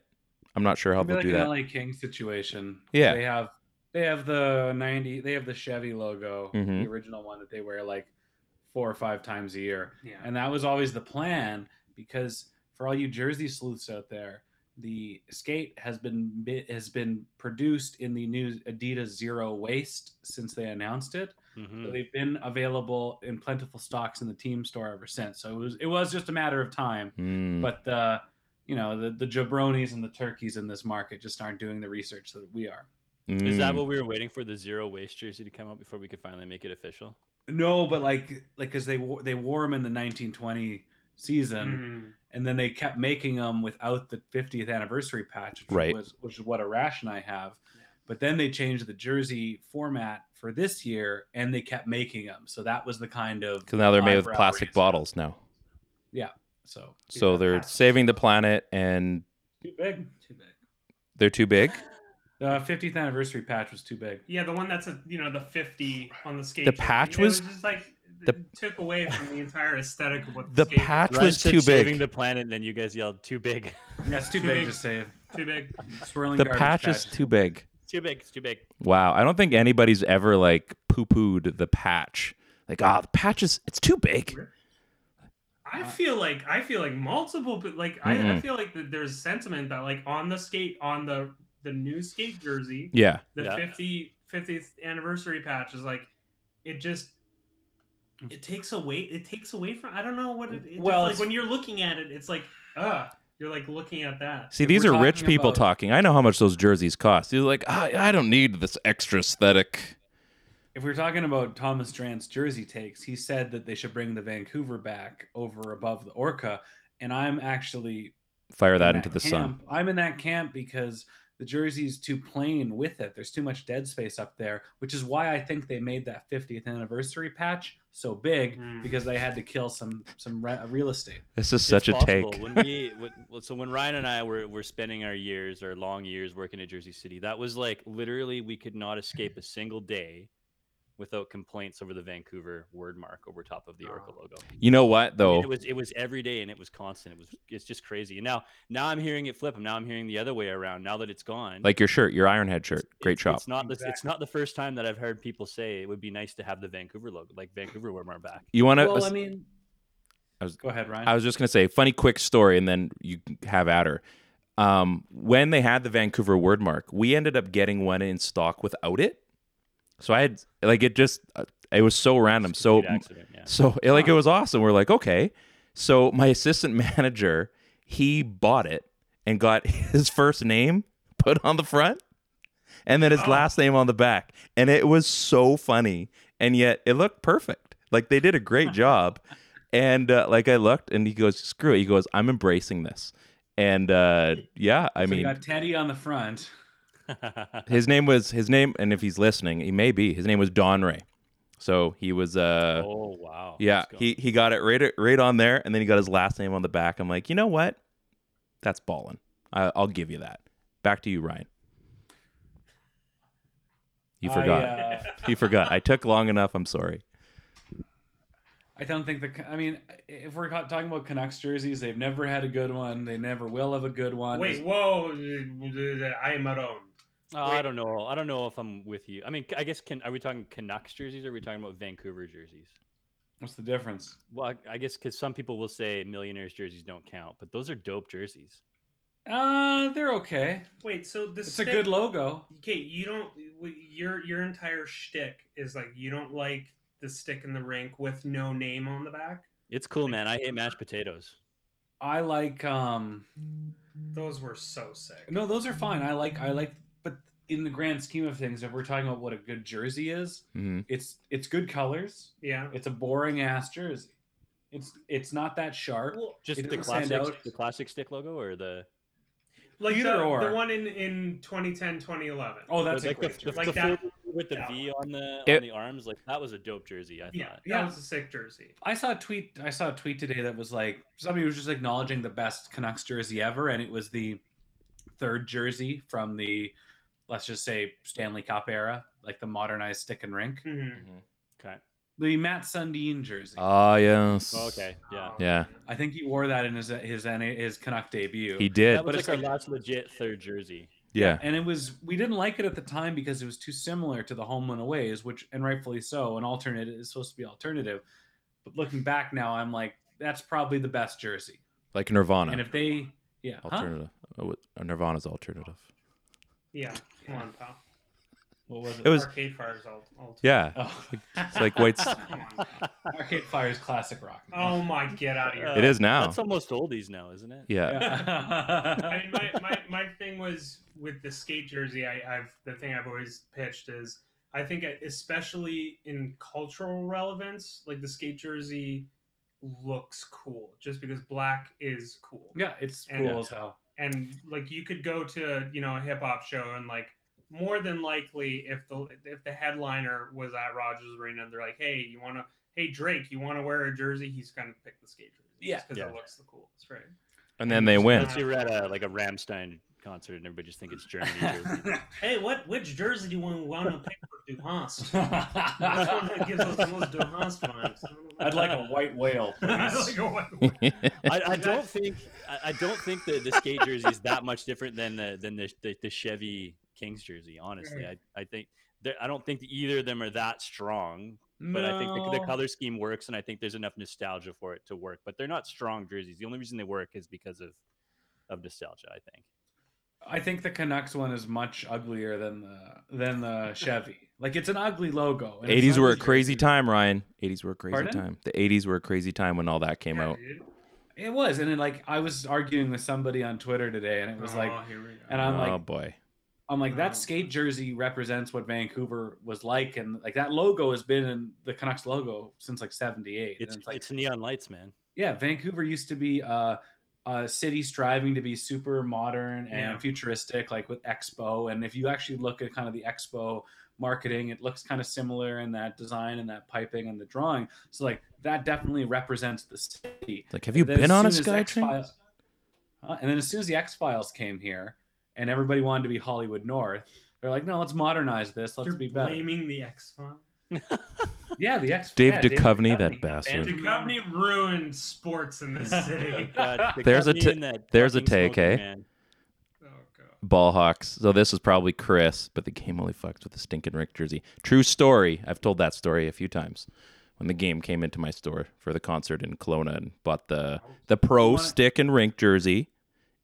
Speaker 1: I'm not sure how
Speaker 4: It'd be
Speaker 1: they'll
Speaker 4: like
Speaker 1: do that.
Speaker 4: an LA King situation.
Speaker 1: Yeah.
Speaker 4: They have they have the ninety. They have the Chevy logo,
Speaker 1: Mhm.
Speaker 4: the original one that they wear like four or five times a year.
Speaker 5: Yeah.
Speaker 4: And that was always the plan because for all you Jersey sleuths out there, the skate has been bi- has been produced in the new Adidas Zero Waste since they announced it. So
Speaker 2: Mhm.
Speaker 4: they've been available in plentiful stocks in the team store ever since. So it was it was just a matter of time.
Speaker 1: Mm.
Speaker 4: But the you know the the jabronis and the turkeys in this market just aren't doing the research that we are.
Speaker 2: Is that
Speaker 1: Mm.
Speaker 2: what we were waiting for? The zero waste jersey to come out before we could finally make it official.
Speaker 4: No, but like like because they wo- they wore them in the 1920 season.
Speaker 5: Mm.
Speaker 4: and then they kept making them without the 50th anniversary patch, which
Speaker 1: Right.
Speaker 4: was which is what a rash and I have. But then they changed the jersey format for this year, and they kept making them. So that was the kind of
Speaker 1: 'Cause now they're made with
Speaker 4: eyebrow
Speaker 1: plastic
Speaker 4: raise.
Speaker 1: bottles now,
Speaker 4: So
Speaker 1: so they're saving the planet, and
Speaker 4: too big. Too big.
Speaker 1: they're too big.
Speaker 4: The 50th anniversary patch was too big.
Speaker 5: Yeah, the one that's a you know the fifty on the skate.
Speaker 1: The
Speaker 5: jersey.
Speaker 1: patch
Speaker 5: It
Speaker 1: was-
Speaker 5: just like
Speaker 1: The-
Speaker 5: it took away from the entire aesthetic of what
Speaker 1: The
Speaker 5: skate
Speaker 1: patch
Speaker 2: Ryan
Speaker 1: was
Speaker 2: said
Speaker 1: too
Speaker 2: saving
Speaker 1: big.
Speaker 2: the planet, and then you guys yelled, "Too big,
Speaker 4: That's too
Speaker 5: Too
Speaker 4: big
Speaker 5: big.
Speaker 4: to save.
Speaker 5: too big.
Speaker 4: Swirling
Speaker 1: The
Speaker 4: garbage
Speaker 1: patch is too big.
Speaker 2: too big, it's too big."
Speaker 1: Wow. I don't think anybody's ever like poo pooed the patch. Like, ah, the patch is, it's too big.
Speaker 5: I feel like I feel like multiple, but like I, I
Speaker 1: Mm-mm.
Speaker 5: feel like that there's sentiment that like on the skate on the the new skate jersey,
Speaker 1: Yeah.
Speaker 5: the
Speaker 2: Yeah.
Speaker 5: 50 50th anniversary patch is like it just it takes away it takes away from I don't know what it, it
Speaker 2: Well,
Speaker 5: well like
Speaker 2: it's-
Speaker 5: when you're looking at it, it's like uh you're like looking at that.
Speaker 1: See,
Speaker 4: If
Speaker 1: these
Speaker 4: we're
Speaker 1: are rich
Speaker 4: talking
Speaker 1: people
Speaker 4: about-
Speaker 1: talking. I know how much those jerseys cost. They're like, ah, I don't need this extra aesthetic.
Speaker 4: If we're talking about Thomas Drant's jersey takes, he said that they should bring the Vancouver back over above the Orca, and I'm actually
Speaker 1: Fire that
Speaker 4: in
Speaker 1: into the sun.
Speaker 4: camp. I'm in that camp because the jersey's too plain with it. There's too much dead space up there, which is why I think they made that 50th anniversary patch so big
Speaker 5: Mm.
Speaker 4: because they had to kill some some re- real estate.
Speaker 1: This is
Speaker 2: It's
Speaker 1: such a
Speaker 2: possible.
Speaker 1: take.
Speaker 2: when we, when, well, so when Ryan and I were, were spending our years, our long years working at Jersey City, that was like literally we could not escape a single day without complaints over the Vancouver word mark over top of the Orca logo.
Speaker 1: You know what,
Speaker 2: I mean,
Speaker 1: though?
Speaker 2: it was it was every day and it was constant. It was it's just crazy. And now now I'm hearing it flip. And now I'm hearing the other way around. Now that it's gone,
Speaker 1: Like your shirt, your Ironhead shirt. Great
Speaker 2: it's,
Speaker 1: shop.
Speaker 2: It's not the, it's not the first time that I've heard people say it would be nice to have the Vancouver logo, like Vancouver word mark back.
Speaker 1: You want to?
Speaker 4: well, I mean,
Speaker 1: I was-
Speaker 4: go ahead, Ryan.
Speaker 1: I was just gonna say funny quick story, and then you have at her. Um, when they had the Vancouver word mark, we ended up getting one in stock without it. So I had like it just uh, it was so random. So
Speaker 2: Complete accident, yeah.
Speaker 1: so it, like it was awesome. We're like okay. So my assistant manager he bought it and got his first name put on the front and then his last name on the back. And it was so funny. And yet it looked perfect. Like they did a great job. And uh, like I looked and he goes, screw it. He goes, I'm embracing this. And uh, yeah, I
Speaker 4: so you
Speaker 1: mean,
Speaker 4: got Teddy on the front.
Speaker 1: his name was his name. And if he's listening, he may be. His name was Don Ray. So he was, uh,
Speaker 2: oh wow.
Speaker 1: yeah,
Speaker 2: Let's go.
Speaker 1: he, he got it right, right on there. And then he got his last name on the back. I'm like, you know what? That's ballin'. I, I'll give you that. Back to you, Ryan. You
Speaker 4: I,
Speaker 1: forgot.
Speaker 4: uh,
Speaker 1: He forgot. I took long enough. I'm sorry.
Speaker 4: I don't think the. I mean, if we're ca- talking about Canucks jerseys, they've never had a good one. They never will have a good one.
Speaker 5: Wait, whoa! I am alone.
Speaker 2: Oh, I don't know. I don't know if I'm with you. I mean, I guess can are we talking Canucks jerseys or are we talking about Vancouver jerseys?
Speaker 4: What's the difference?
Speaker 2: Well, I, I guess because some people will say millionaires jerseys don't count, but those are dope jerseys.
Speaker 4: Uh, they're okay.
Speaker 5: Wait, so this
Speaker 4: It's a good
Speaker 5: look.
Speaker 4: logo.
Speaker 5: Okay, you don't. Your your entire shtick is like you don't like the stick in the rink with no name on the back.
Speaker 2: It's cool, man. I hate mashed potatoes.
Speaker 4: I like um
Speaker 5: Those were so sick.
Speaker 4: No, those are fine. I like I like but in the grand scheme of things, if we're talking about what a good jersey is,
Speaker 1: Mhm.
Speaker 4: it's it's good colors.
Speaker 5: Yeah.
Speaker 4: It's a boring ass jersey. It's it's not that sharp.
Speaker 2: Just
Speaker 4: It
Speaker 2: the
Speaker 4: doesn't stand
Speaker 2: classic,
Speaker 4: out.
Speaker 2: the classic stick logo, or the
Speaker 5: Like
Speaker 4: Either
Speaker 5: the,
Speaker 4: or.
Speaker 5: the one in in 2010, 2011.
Speaker 4: Oh, that's a
Speaker 2: like the, the,
Speaker 4: great jersey.
Speaker 5: Like
Speaker 2: the
Speaker 5: that.
Speaker 2: full- with the
Speaker 5: That
Speaker 2: V on the
Speaker 1: It-
Speaker 2: on the arms. Like that was a dope jersey. I
Speaker 5: yeah,
Speaker 2: thought.
Speaker 4: Yeah.
Speaker 5: that was a sick jersey.
Speaker 4: I saw a tweet. I saw a tweet today that was like somebody was just acknowledging the best Canucks jersey ever, and it was the third jersey from the let's just say Stanley Cup era, like the modernized stick and rink,
Speaker 5: Mhm.
Speaker 2: Okay.
Speaker 4: the Matt Sundin jersey.
Speaker 1: Ah, yes.
Speaker 2: Oh, okay. Yeah.
Speaker 1: Yeah,
Speaker 4: I think he wore that in his his his Canuck debut.
Speaker 1: he did.
Speaker 2: That was
Speaker 4: it's
Speaker 2: like our last legit third jersey.
Speaker 1: yeah.
Speaker 4: and it was we didn't like it at the time because it was too similar to the home and aways which and rightfully so an alternate is supposed to be alternative but looking back now i'm like that's probably the best jersey
Speaker 1: Like Nirvana.
Speaker 4: and if they yeah huh?
Speaker 1: alternative. Oh, what- uh, Nirvana's alternative.
Speaker 5: Yeah. Come on, pal.
Speaker 4: what was it,
Speaker 1: It was-
Speaker 5: Arcade Fire's all. all
Speaker 1: Yeah.
Speaker 4: oh,
Speaker 1: It's like white. s-
Speaker 5: Come on. pal.
Speaker 4: arcade fire's classic rock
Speaker 5: Oh my, get out of here.
Speaker 1: It is now.
Speaker 2: That's almost oldies now, isn't it?
Speaker 1: Oh. Yeah.
Speaker 4: Yeah.
Speaker 5: I mean, my, my, my thing was with the skate jersey. I, I've the thing I've always pitched is I think especially in cultural relevance, like the skate jersey looks cool just because black is cool.
Speaker 4: yeah it's
Speaker 5: And-
Speaker 4: cool as hell
Speaker 5: And like you could go to you know a hip hop show and like more than likely if the if the headliner was at Rogers Arena, they're like, hey, you want to. Hey Drake, you want to wear a jersey? He's gonna pick the skate jersey.
Speaker 4: Yeah.
Speaker 5: because
Speaker 2: Yeah.
Speaker 5: it looks the coolest, right?
Speaker 1: And then they win.
Speaker 2: Unless you were at a like a Ramstein concert and everybody just think it's Germany. jersey.
Speaker 5: Hey, what which jersey do you want, want to pick for Duhans? Which one that gives us the most Duhans vibes?
Speaker 4: I'd like a white whale.
Speaker 5: I'd
Speaker 4: please.
Speaker 5: like a white.
Speaker 2: I, I don't think I, I don't think that the skate jersey is that much different than the than the, the, the Chevy Kings jersey. Honestly, I, I think that- I don't think that either of them are that strong. But I think the, the
Speaker 4: No.
Speaker 2: color scheme works, and I think there's enough nostalgia for it to work. But they're not strong jerseys. The only reason they work is because of of nostalgia. I think.
Speaker 4: I think the Canucks one is much uglier than the than the Chevy. Like it's an ugly logo. and it's
Speaker 1: Eighties
Speaker 4: not
Speaker 1: were a
Speaker 4: easier.
Speaker 1: crazy time, Ryan. Eighties were a crazy
Speaker 4: Pardon?
Speaker 1: time. The eighties were a crazy time when all that came
Speaker 5: Yeah,
Speaker 1: out.
Speaker 5: dude.
Speaker 4: It was, and then like I was arguing with somebody on Twitter today, and it was like,
Speaker 5: Oh, here we go.
Speaker 4: and I'm
Speaker 1: oh
Speaker 4: like,
Speaker 1: boy.
Speaker 4: I'm like
Speaker 5: Oh.
Speaker 4: that skate jersey represents what Vancouver was like, and like that logo has been in the Canucks logo since like '78.
Speaker 2: It's
Speaker 4: and it's like,
Speaker 2: it's neon lights, man.
Speaker 4: yeah, Vancouver used to be a, a city striving to be super modern and
Speaker 5: Yeah.
Speaker 4: futuristic, like with Expo. And if you actually look at kind of the Expo marketing, it looks kind of similar in that design and that piping and the drawing. So like that definitely represents the city.
Speaker 1: Like, have you
Speaker 4: Then
Speaker 1: been
Speaker 4: as
Speaker 1: on a
Speaker 4: soon as
Speaker 1: SkyTrain?
Speaker 4: X-Files- Huh? and then as soon as the X Files came here, and everybody wanted to be Hollywood North, they're like, no, let's modernize this. Let's
Speaker 5: You're
Speaker 4: be better.
Speaker 5: blaming the X Files.
Speaker 4: Yeah, the X.
Speaker 1: Dave
Speaker 4: yeah,
Speaker 1: Duchovny, that bastard.
Speaker 4: Phantom Man.
Speaker 5: Duchovny ruined sports in this city. oh
Speaker 2: God, the
Speaker 1: There's a
Speaker 2: company
Speaker 1: t-
Speaker 2: in that
Speaker 1: there's a
Speaker 2: fucking smoking
Speaker 1: take, eh?
Speaker 2: man.
Speaker 5: Oh, god.
Speaker 1: Ballhawks. So this is probably Chris, but the game only fucks with the stinking Rick jersey. True story. I've told that story a few times. When the game came into my store for the concert in Kelowna and bought the the pro stick and rink jersey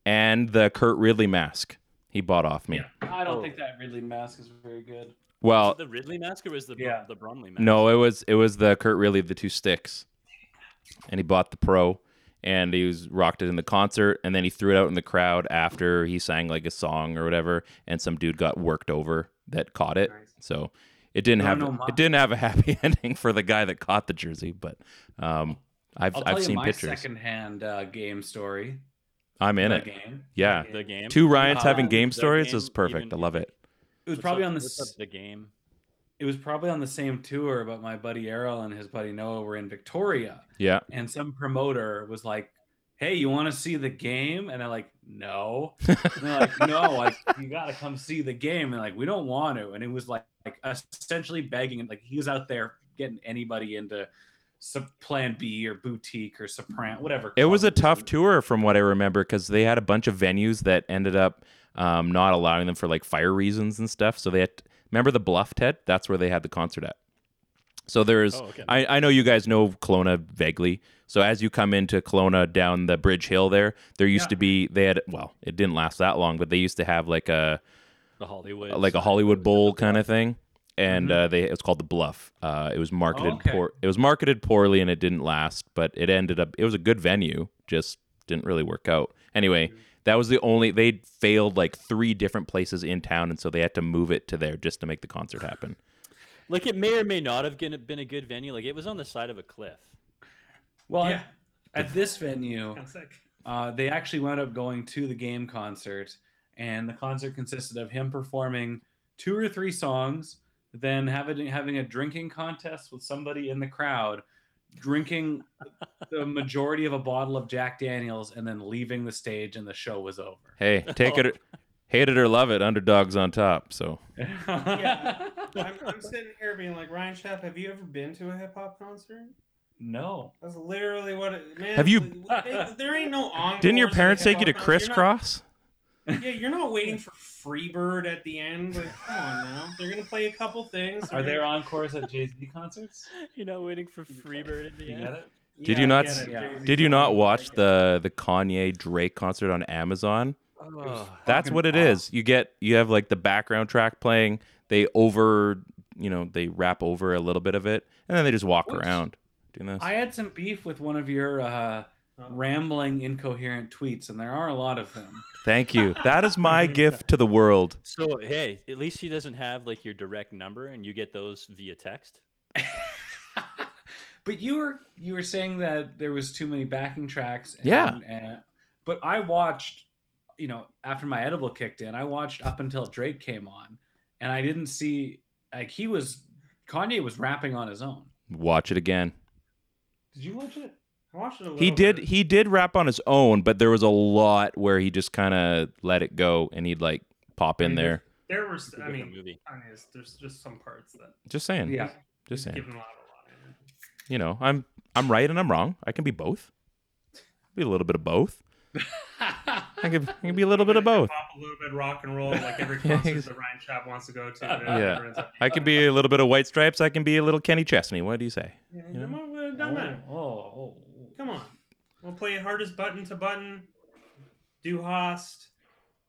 Speaker 1: and the Kurt Ridley mask he bought off me.
Speaker 4: I don't think that Ridley mask is very good.
Speaker 2: Was
Speaker 1: Well,
Speaker 2: it the Ridley mask or was the Br-
Speaker 4: Yeah.
Speaker 2: the Bromley mask?
Speaker 1: Oh. no, it was it was the Kurt Ridley of the two sticks. And he bought the pro and he was rocked it in the concert and then he threw it out in the crowd after he sang like a song or whatever and some dude got worked over that caught it. So it didn't
Speaker 4: No,
Speaker 1: have
Speaker 4: no, my-
Speaker 1: it didn't have a happy ending for the guy that caught the jersey, but um, I've
Speaker 4: I'll tell
Speaker 1: I've
Speaker 4: you
Speaker 1: seen
Speaker 4: my
Speaker 1: pictures.
Speaker 4: secondhand uh, game story.
Speaker 1: I'm in
Speaker 4: The
Speaker 1: it.
Speaker 4: game.
Speaker 1: Yeah,
Speaker 2: the game.
Speaker 1: two Ryan's
Speaker 4: Uh,
Speaker 1: having game
Speaker 2: the
Speaker 1: stories
Speaker 2: game
Speaker 1: is perfect. I
Speaker 2: even-
Speaker 1: love it.
Speaker 4: It was
Speaker 2: What's
Speaker 4: probably
Speaker 2: up-
Speaker 4: on the
Speaker 2: what's up,
Speaker 4: s-
Speaker 2: the game.
Speaker 4: it was probably on the same tour, but my buddy Errol and his buddy Noah were in Victoria,
Speaker 1: Yeah,
Speaker 4: and some promoter was like, "Hey, you want to see the game?" And I'm like, "No." And they're like, "No, like you got to come see the game." And like, "We don't want to." And it was like, like essentially begging, and like he was out there getting anybody into some Plan B or boutique or Sopran, whatever.
Speaker 1: it was a
Speaker 4: club
Speaker 1: tough
Speaker 4: in.
Speaker 1: tour from what I remember because they had a bunch of venues that ended up um, not allowing them for like fire reasons and stuff. So they had remember the Bluff Ted? That's where they had the concert at. So there's,
Speaker 2: Oh, okay.
Speaker 1: I, I know you guys know Kelowna vaguely. So as you come into Kelowna down the Bridge Hill there, there used
Speaker 5: Yeah.
Speaker 1: to be, they had, well, it didn't last that long, but they used to have like a,
Speaker 2: The Hollywood.
Speaker 1: like a Hollywood Bowl kind of thing, and uh, they it was called the Bluff. Uh, it was marketed
Speaker 4: okay.
Speaker 1: poor. It was marketed poorly, and it didn't last. But it ended up. It was a good venue, just didn't really work out. Anyway, that was the only they failed like three different places in town, and so they had to move it to there just to make the concert happen.
Speaker 2: Like it may or may not have been been a good venue. Like it was on the side of a cliff.
Speaker 4: Well,
Speaker 5: Yeah.
Speaker 4: at this venue,
Speaker 5: Sounds sick.
Speaker 4: uh, they actually wound up going to the game concert, and the concert consisted of him performing two or three songs, then having having a drinking contest with somebody in the crowd, drinking the majority of a bottle of Jack Daniels, and then leaving the stage, and the show was over.
Speaker 1: Hey, take it, hate it or love it, underdogs on top. So
Speaker 5: Yeah. I'm, I'm sitting here being like, Ryan Schaff, have you ever been to a hip hop concert?
Speaker 4: No,
Speaker 5: That's literally what it, man.
Speaker 1: Have you-
Speaker 5: There, there ain't no encore.
Speaker 1: didn't your parents take you to crisscross?
Speaker 5: Yeah, you're not waiting for Freebird at the end. Like, come on now. They're gonna play a couple things.
Speaker 4: are there encores at Jay Z concerts?
Speaker 2: You know, waiting for Freebird in the
Speaker 4: You get it?
Speaker 1: Did you not
Speaker 4: s-
Speaker 1: Did you not watch the the Kanye Drake concert on Amazon? That's
Speaker 4: fucking
Speaker 1: what it
Speaker 4: awesome.
Speaker 1: is. You get you have like the background track playing. They over, you know, they wrap over a little bit of it, and then they just walk
Speaker 4: Oops.
Speaker 1: around doing this.
Speaker 4: I had some beef with one of your uh, rambling, incoherent tweets, and there are a lot of them.
Speaker 1: Thank you. That is my gift to the world.
Speaker 2: So hey, at least he doesn't have like your direct number, and you get those via text.
Speaker 4: but you were you were saying that there was too many backing tracks. And,
Speaker 1: Yeah.
Speaker 4: and- but I watched, you know, after my edible kicked in, I watched up until Drake came on, and I didn't see like he was Kanye was rapping on his own.
Speaker 1: Watch it again.
Speaker 4: Did you watch it?
Speaker 5: I watched it a little.
Speaker 1: He did
Speaker 5: bit.
Speaker 1: he did rap on his own, but there was a lot where he just kind of let it go and he'd like pop in there.
Speaker 5: There were. st- I
Speaker 2: Different
Speaker 5: mean,
Speaker 2: movie.
Speaker 5: I mean, it's- there's just some parts that
Speaker 1: Just saying.
Speaker 4: Yeah.
Speaker 1: Just saying.
Speaker 5: give him a lot of line.
Speaker 1: You know, I'm I'm right and I'm wrong. I can be both. Be a little bit of both. I can, I can be a little bit of both.
Speaker 5: Pop a little bit rock and roll, like every
Speaker 1: Yeah,
Speaker 5: concert
Speaker 1: he's-
Speaker 5: that Ryan Chap wants to go to.
Speaker 1: Yeah.
Speaker 5: Everyone's like, "Oh,
Speaker 1: I can be a little bit of White Stripes. I can be a little Kenny Chesney. What do you say?
Speaker 5: Yeah, Come on, we've done that.
Speaker 4: Oh, oh, oh.
Speaker 5: Come on. We'll play hardest button to button, do host,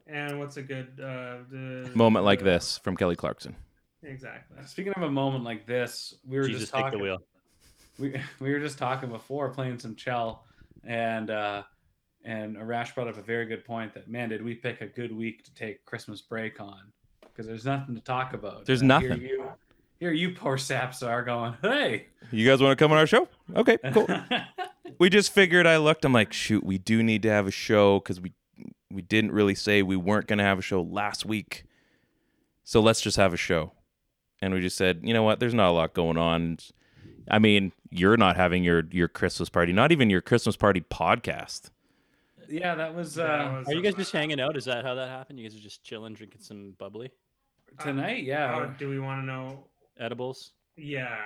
Speaker 5: and what's a good uh, the,
Speaker 1: Moment like this from Kelly Clarkson.
Speaker 5: Exactly.
Speaker 4: Speaking of a moment like this, we were
Speaker 2: Jesus,
Speaker 4: just
Speaker 2: take the
Speaker 4: talking.
Speaker 2: wheel.
Speaker 4: we we were just talking before playing some chell and uh and Arash brought up a very good point that man did we pick a good week to take Christmas break on because there's nothing to talk about.
Speaker 1: There's
Speaker 4: Uh,
Speaker 1: nothing.
Speaker 4: Here you, here you poor saps are going, hey.
Speaker 1: You guys want to come on our show? Okay, cool. we just figured I looked. I'm like, shoot, we do need to have a show because we we didn't really say we weren't gonna have a show last week. So let's just have a show. And we just said, you know what, there's not a lot going on. I mean, you're not having your your Christmas party, not even your Christmas party podcast.
Speaker 4: yeah, that was
Speaker 5: That
Speaker 4: uh
Speaker 5: was
Speaker 2: Are you
Speaker 5: a
Speaker 2: guys
Speaker 5: lot.
Speaker 2: just hanging out? Is that how that happened? You guys are just chilling, drinking some bubbly
Speaker 4: tonight,
Speaker 5: How
Speaker 4: yeah.
Speaker 5: do we want to know?
Speaker 2: edibles.
Speaker 5: Yeah.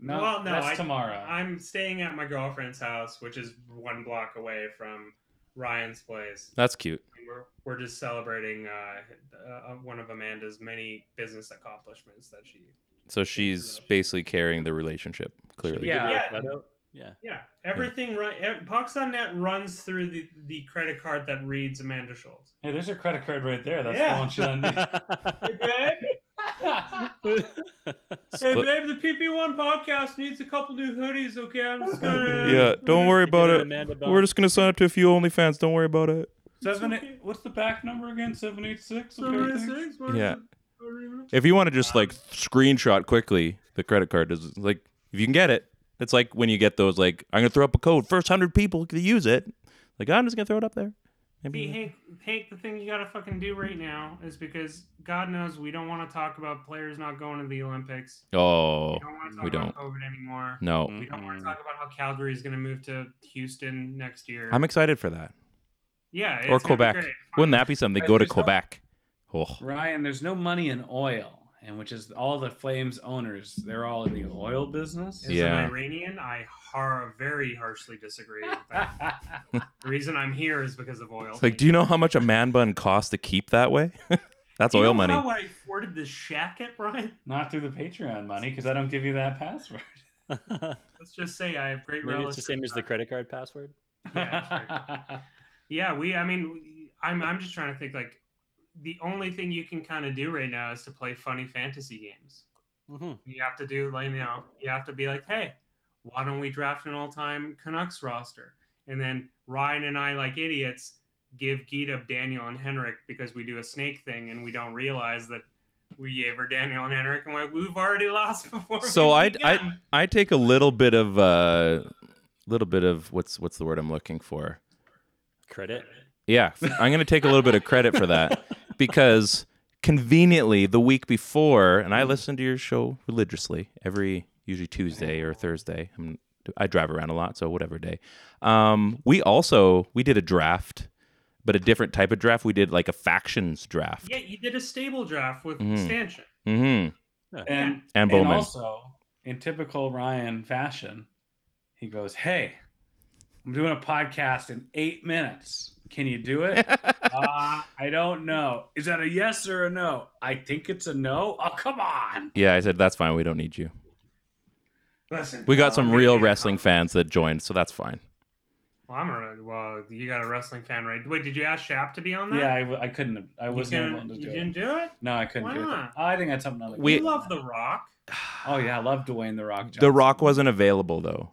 Speaker 4: No,
Speaker 5: well, no,
Speaker 4: that's
Speaker 5: I-
Speaker 4: tomorrow.
Speaker 5: I'm staying at my girlfriend's house, which is one block away from Ryan's place.
Speaker 1: That's cute.
Speaker 5: And We're, we're just celebrating uh, uh, one of Amanda's many business accomplishments that she.
Speaker 1: So she's basically carrying the relationship, clearly.
Speaker 4: Yeah.
Speaker 5: Yeah.
Speaker 2: That out? Yeah.
Speaker 5: Yeah, everything. eh, Right, ev- Pucks.net runs through the, the credit card that reads Amanda Schultz.
Speaker 4: hey, there's your credit card right there. That's
Speaker 5: Yeah.
Speaker 4: the one she lent me.
Speaker 5: Hey,
Speaker 1: Split-
Speaker 5: babe, the PP1 podcast needs a couple new hoodies, okay? I'm just gonna.
Speaker 1: Yeah, don't worry about it.
Speaker 2: Amanda Bum.
Speaker 1: We're just gonna sign up to a few OnlyFans. Don't worry about it.
Speaker 4: Seven eight, what's the back number again? Seven eight six?
Speaker 1: Yeah. If you want to just like screenshot quickly, the credit card is like if you can get it. It's like when you get those like I'm gonna throw up a code. First hundred people can use it. Like I'm just gonna throw it up there.
Speaker 5: See,
Speaker 1: Maybe.
Speaker 5: Hank, Hank, the thing you gotta fucking do right now is because God knows we don't want to talk about players not going to the Olympics.
Speaker 1: Oh
Speaker 5: We don't want to talk
Speaker 1: we
Speaker 5: about
Speaker 1: don't.
Speaker 5: COVID anymore.
Speaker 1: No,
Speaker 5: We don't want to talk about how Calgary is gonna move to Houston next year.
Speaker 1: I'm excited for that.
Speaker 5: yeah, it's
Speaker 1: Or
Speaker 5: gonna be
Speaker 1: Quebec.
Speaker 5: great.
Speaker 1: Wouldn't that be something? They
Speaker 4: Guys,
Speaker 1: go to
Speaker 4: there's no-
Speaker 1: Quebec. Oh,
Speaker 4: Ryan, there's no money in oil, and which is all the Flames owners. They're all in the oil business.
Speaker 5: As an
Speaker 1: Yeah.
Speaker 5: Iranian, I har- very harshly disagree. With that. the reason I'm here is because of oil.
Speaker 1: it's like, do you know how much a man bun costs to keep that way? That's
Speaker 5: Do you
Speaker 1: oil
Speaker 5: know
Speaker 1: money.
Speaker 5: How I afforded this shacket, Ryan?
Speaker 4: Not through the Patreon money, because I don't give you that password.
Speaker 5: Let's just say I have great
Speaker 2: Maybe it's
Speaker 5: relatives.
Speaker 2: the same as the credit card password.
Speaker 5: Yeah, sure. yeah, we. I mean, we- I'm. I'm just trying to think. Like, the only thing you can kind of do right now is to play funny fantasy games.
Speaker 2: Mm-hmm.
Speaker 5: You have to do like you know. You have to be like, hey, why don't we draft an all-time Canucks roster? And then Ryan and I, like idiots, give Gita Daniel and Henrik because we do a snake thing and we don't realize that we gave her Daniel and Henrik and like we've already lost before.
Speaker 1: So
Speaker 5: we've
Speaker 1: I I
Speaker 5: begun."
Speaker 1: I take a little bit of uh, little bit of what's what's the word I'm looking for?
Speaker 2: Credit.
Speaker 1: Yeah, f- I'm going to take a little bit of credit for that because conveniently the week before, and I
Speaker 4: Mm.
Speaker 1: listen to your show religiously every usually Tuesday or Thursday. I'm, I drive around a lot, so whatever day. Um, we also we did a draft, but a different type of draft. We did like a factions draft.
Speaker 5: yeah, you did a stable draft with
Speaker 1: Mhm.
Speaker 5: Stanchion.
Speaker 1: hmm
Speaker 4: and
Speaker 1: And
Speaker 4: and
Speaker 1: Bowman.
Speaker 4: also, in typical Ryan fashion, he goes, "Hey, I'm doing a podcast in eight minutes. Can you do it? uh, I don't know. Is that a yes or a no? I think it's a no. Oh, come on."
Speaker 1: yeah, I said that's fine. We don't need you.
Speaker 5: Listen,
Speaker 1: We got
Speaker 4: Oh,
Speaker 5: uh,
Speaker 1: some
Speaker 5: I'm
Speaker 1: real
Speaker 5: gonna-
Speaker 1: wrestling fans that joined, so that's fine.
Speaker 5: Well, I'm a well. You got a wrestling fan, right? Wait, did you ask Shap to be on that?
Speaker 4: Yeah, I, w- I couldn't. have- I
Speaker 5: you,
Speaker 4: wasn't
Speaker 5: couldn't-
Speaker 4: able to
Speaker 5: you
Speaker 4: do
Speaker 5: didn't
Speaker 4: it.
Speaker 5: do it.
Speaker 4: No, I couldn't do
Speaker 5: Why
Speaker 4: it.
Speaker 5: not?
Speaker 4: I think that's something other.
Speaker 1: We-
Speaker 5: We love The Rock.
Speaker 4: Oh yeah, I love Dwayne the Rock. Johnson.
Speaker 1: The Rock wasn't available though.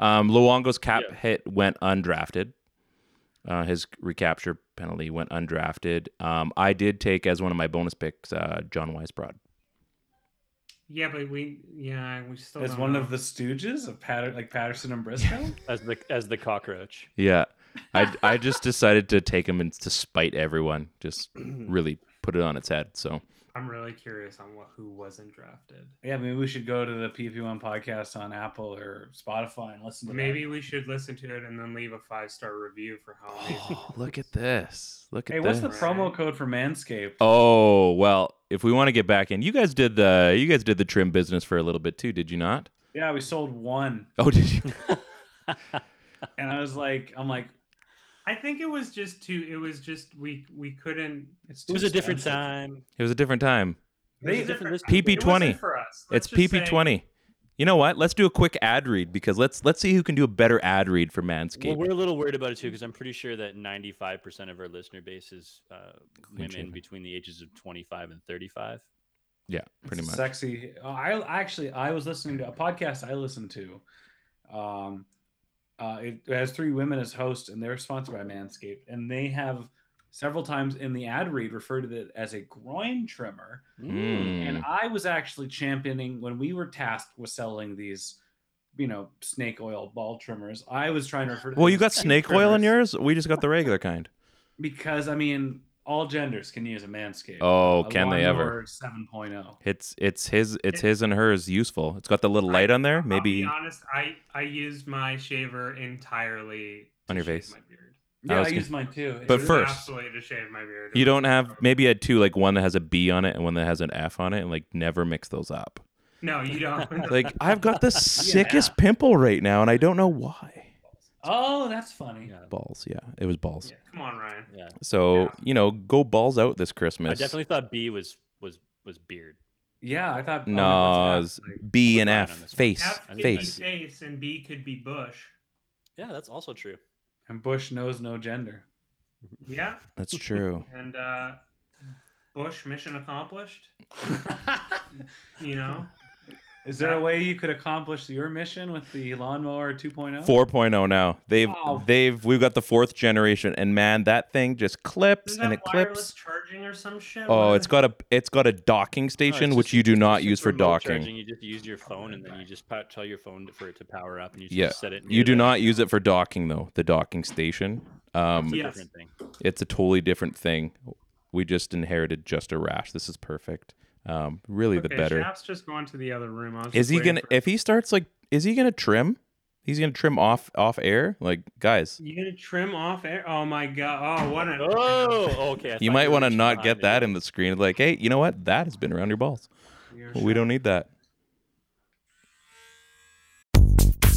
Speaker 1: Um, Luongo's cap hit went undrafted. Uh, his recapture penalty went undrafted. Um, I did take as one of my bonus picks uh, John Weisbrod.
Speaker 5: Yeah, but we yeah we still
Speaker 4: as
Speaker 5: don't
Speaker 4: one
Speaker 5: know.
Speaker 4: of the Stooges of Patter- like Patterson and Briscoe.
Speaker 2: As the as the cockroach.
Speaker 1: Yeah, I I just decided to take him in to spite everyone. Just really put it on its head. So
Speaker 5: I'm really curious on what who wasn't drafted.
Speaker 4: Yeah, maybe we should go to the PP1 podcast on Apple or Spotify and listen to that.
Speaker 5: Maybe we should listen to it and then leave a five star review for how. amazing
Speaker 1: Oh,
Speaker 5: it
Speaker 1: look
Speaker 5: is.
Speaker 1: at this. Look at
Speaker 4: Hey,
Speaker 1: this.
Speaker 4: what's the promo code for Manscaped?
Speaker 1: oh, well, if we want to get back in, you guys did the you guys did the trim business for a little bit too, did you not?
Speaker 4: Yeah, we sold one,
Speaker 1: Oh, did you?
Speaker 4: and I was like, I'm like,
Speaker 5: I think it was just too. It was just we we couldn't.
Speaker 4: it's
Speaker 2: It
Speaker 4: too
Speaker 2: was a different
Speaker 4: expensive.
Speaker 2: time.
Speaker 1: It was a different time.
Speaker 5: it was a
Speaker 4: They-
Speaker 5: different-
Speaker 2: list-
Speaker 5: it wasn't
Speaker 1: PP20.
Speaker 5: for us. Let's
Speaker 1: It's
Speaker 5: just say-
Speaker 1: PP20. You know what? Let's do a quick ad read because let's let's see who can do a better ad read for
Speaker 2: Well,
Speaker 1: Manscaped.
Speaker 2: we're a little worried about it too because I'm pretty sure that 95% of our listener base is uh, women
Speaker 1: shaven.
Speaker 2: between the ages of 25 and 35.
Speaker 1: yeah, pretty
Speaker 4: It's
Speaker 1: much.
Speaker 4: sexy. Uh, I actually I was listening to a podcast I listened to. Um, uh, it has three women as hosts, and they're sponsored by Manscaped, and they have several times in the ad read referred to it as a groin trimmer. And
Speaker 1: Mm.
Speaker 4: I was actually championing when we were tasked with selling these, you know, snake oil ball trimmers. I was trying to refer. To them
Speaker 1: Well, you
Speaker 4: as
Speaker 1: got
Speaker 4: snake
Speaker 1: snake oil in
Speaker 4: trimmers
Speaker 1: yours. We just got the regular kind.
Speaker 4: because I mean, all genders can use a Manscaped.
Speaker 1: Oh,
Speaker 4: A
Speaker 1: can they ever?
Speaker 4: lawnmower oh. 7.0.
Speaker 1: It's it's his it's his and hers useful. It's got the little light on there. Maybe
Speaker 5: I'll be honest, I I used my shaver entirely
Speaker 1: On
Speaker 5: to
Speaker 1: your
Speaker 5: shave
Speaker 1: face.
Speaker 5: My beard.
Speaker 4: Yeah, I,
Speaker 1: was gonna-
Speaker 4: use mine too.
Speaker 1: But
Speaker 5: It was
Speaker 1: first,
Speaker 5: absolutely to shave my beard. It
Speaker 1: you
Speaker 5: was
Speaker 1: don't have
Speaker 5: horrible.
Speaker 1: maybe I had two like one that has a B on it and one that has an F on it and like never mix those up.
Speaker 5: No, you don't.
Speaker 1: Like I've got the sickest pimple right now and I don't know why.
Speaker 4: oh, that's funny.
Speaker 2: Yeah.
Speaker 1: Balls, yeah. It was balls.
Speaker 5: Come on, Ryan.
Speaker 2: Yeah.
Speaker 1: So,
Speaker 5: Yeah.
Speaker 1: you know, go balls out this
Speaker 2: I
Speaker 1: Christmas.
Speaker 2: definitely thought B was was was beard.
Speaker 4: Yeah, I thought. oh,
Speaker 1: No, it's
Speaker 4: what's that? Like,
Speaker 1: B
Speaker 2: we're
Speaker 1: and
Speaker 2: fine
Speaker 1: F.
Speaker 2: on this one.
Speaker 1: Face.
Speaker 5: F could
Speaker 1: Face.
Speaker 5: be face and B could be bush.
Speaker 2: Yeah, that's also true.
Speaker 4: and Bush knows no gender.
Speaker 5: Yeah,
Speaker 1: That's true.
Speaker 5: and uh, bush mission accomplished. You know,
Speaker 4: Is there a way you could accomplish your mission with the lawnmower oh? 2.0?
Speaker 1: 4.0 now. They've
Speaker 4: Wow.
Speaker 1: they've we've got the fourth generation and man, that thing just clips
Speaker 5: isn't
Speaker 1: and it
Speaker 5: that wireless
Speaker 1: clips.
Speaker 5: charging or some shit?
Speaker 1: Oh,
Speaker 5: What
Speaker 1: it's
Speaker 5: is-
Speaker 1: got a it's got a docking station
Speaker 2: Oh, it's
Speaker 1: which
Speaker 2: just-
Speaker 1: you do
Speaker 2: it's
Speaker 1: not
Speaker 2: just
Speaker 1: use for
Speaker 2: remote
Speaker 1: docking.
Speaker 2: Charging. You just use your phone and then you just pa- tell your phone for it to power up and you just
Speaker 1: Yeah,
Speaker 2: set it.
Speaker 1: You do not use it for docking though. The docking station. Um,
Speaker 5: Yeah.
Speaker 2: Yeah.
Speaker 5: Yes.
Speaker 2: Different thing.
Speaker 1: it's a totally different thing. We just inherited just a rash. This is perfect. Um, really, the
Speaker 5: Okay,
Speaker 1: better.
Speaker 5: Shaft's just going to the other room. I was
Speaker 1: Is
Speaker 5: just
Speaker 1: he
Speaker 5: waiting
Speaker 1: gonna?
Speaker 5: for-
Speaker 1: If he starts like, is he gonna trim? He's gonna trim off off air. Like, guys,
Speaker 5: You gonna trim off air? Oh my god! Oh, what an
Speaker 2: Oh, okay. I thought
Speaker 1: you might
Speaker 2: were
Speaker 1: want to
Speaker 2: reaching
Speaker 1: not
Speaker 2: behind
Speaker 1: get
Speaker 2: me.
Speaker 1: that in the screen. Like, hey, you know what? That has been around your balls. We don't need that.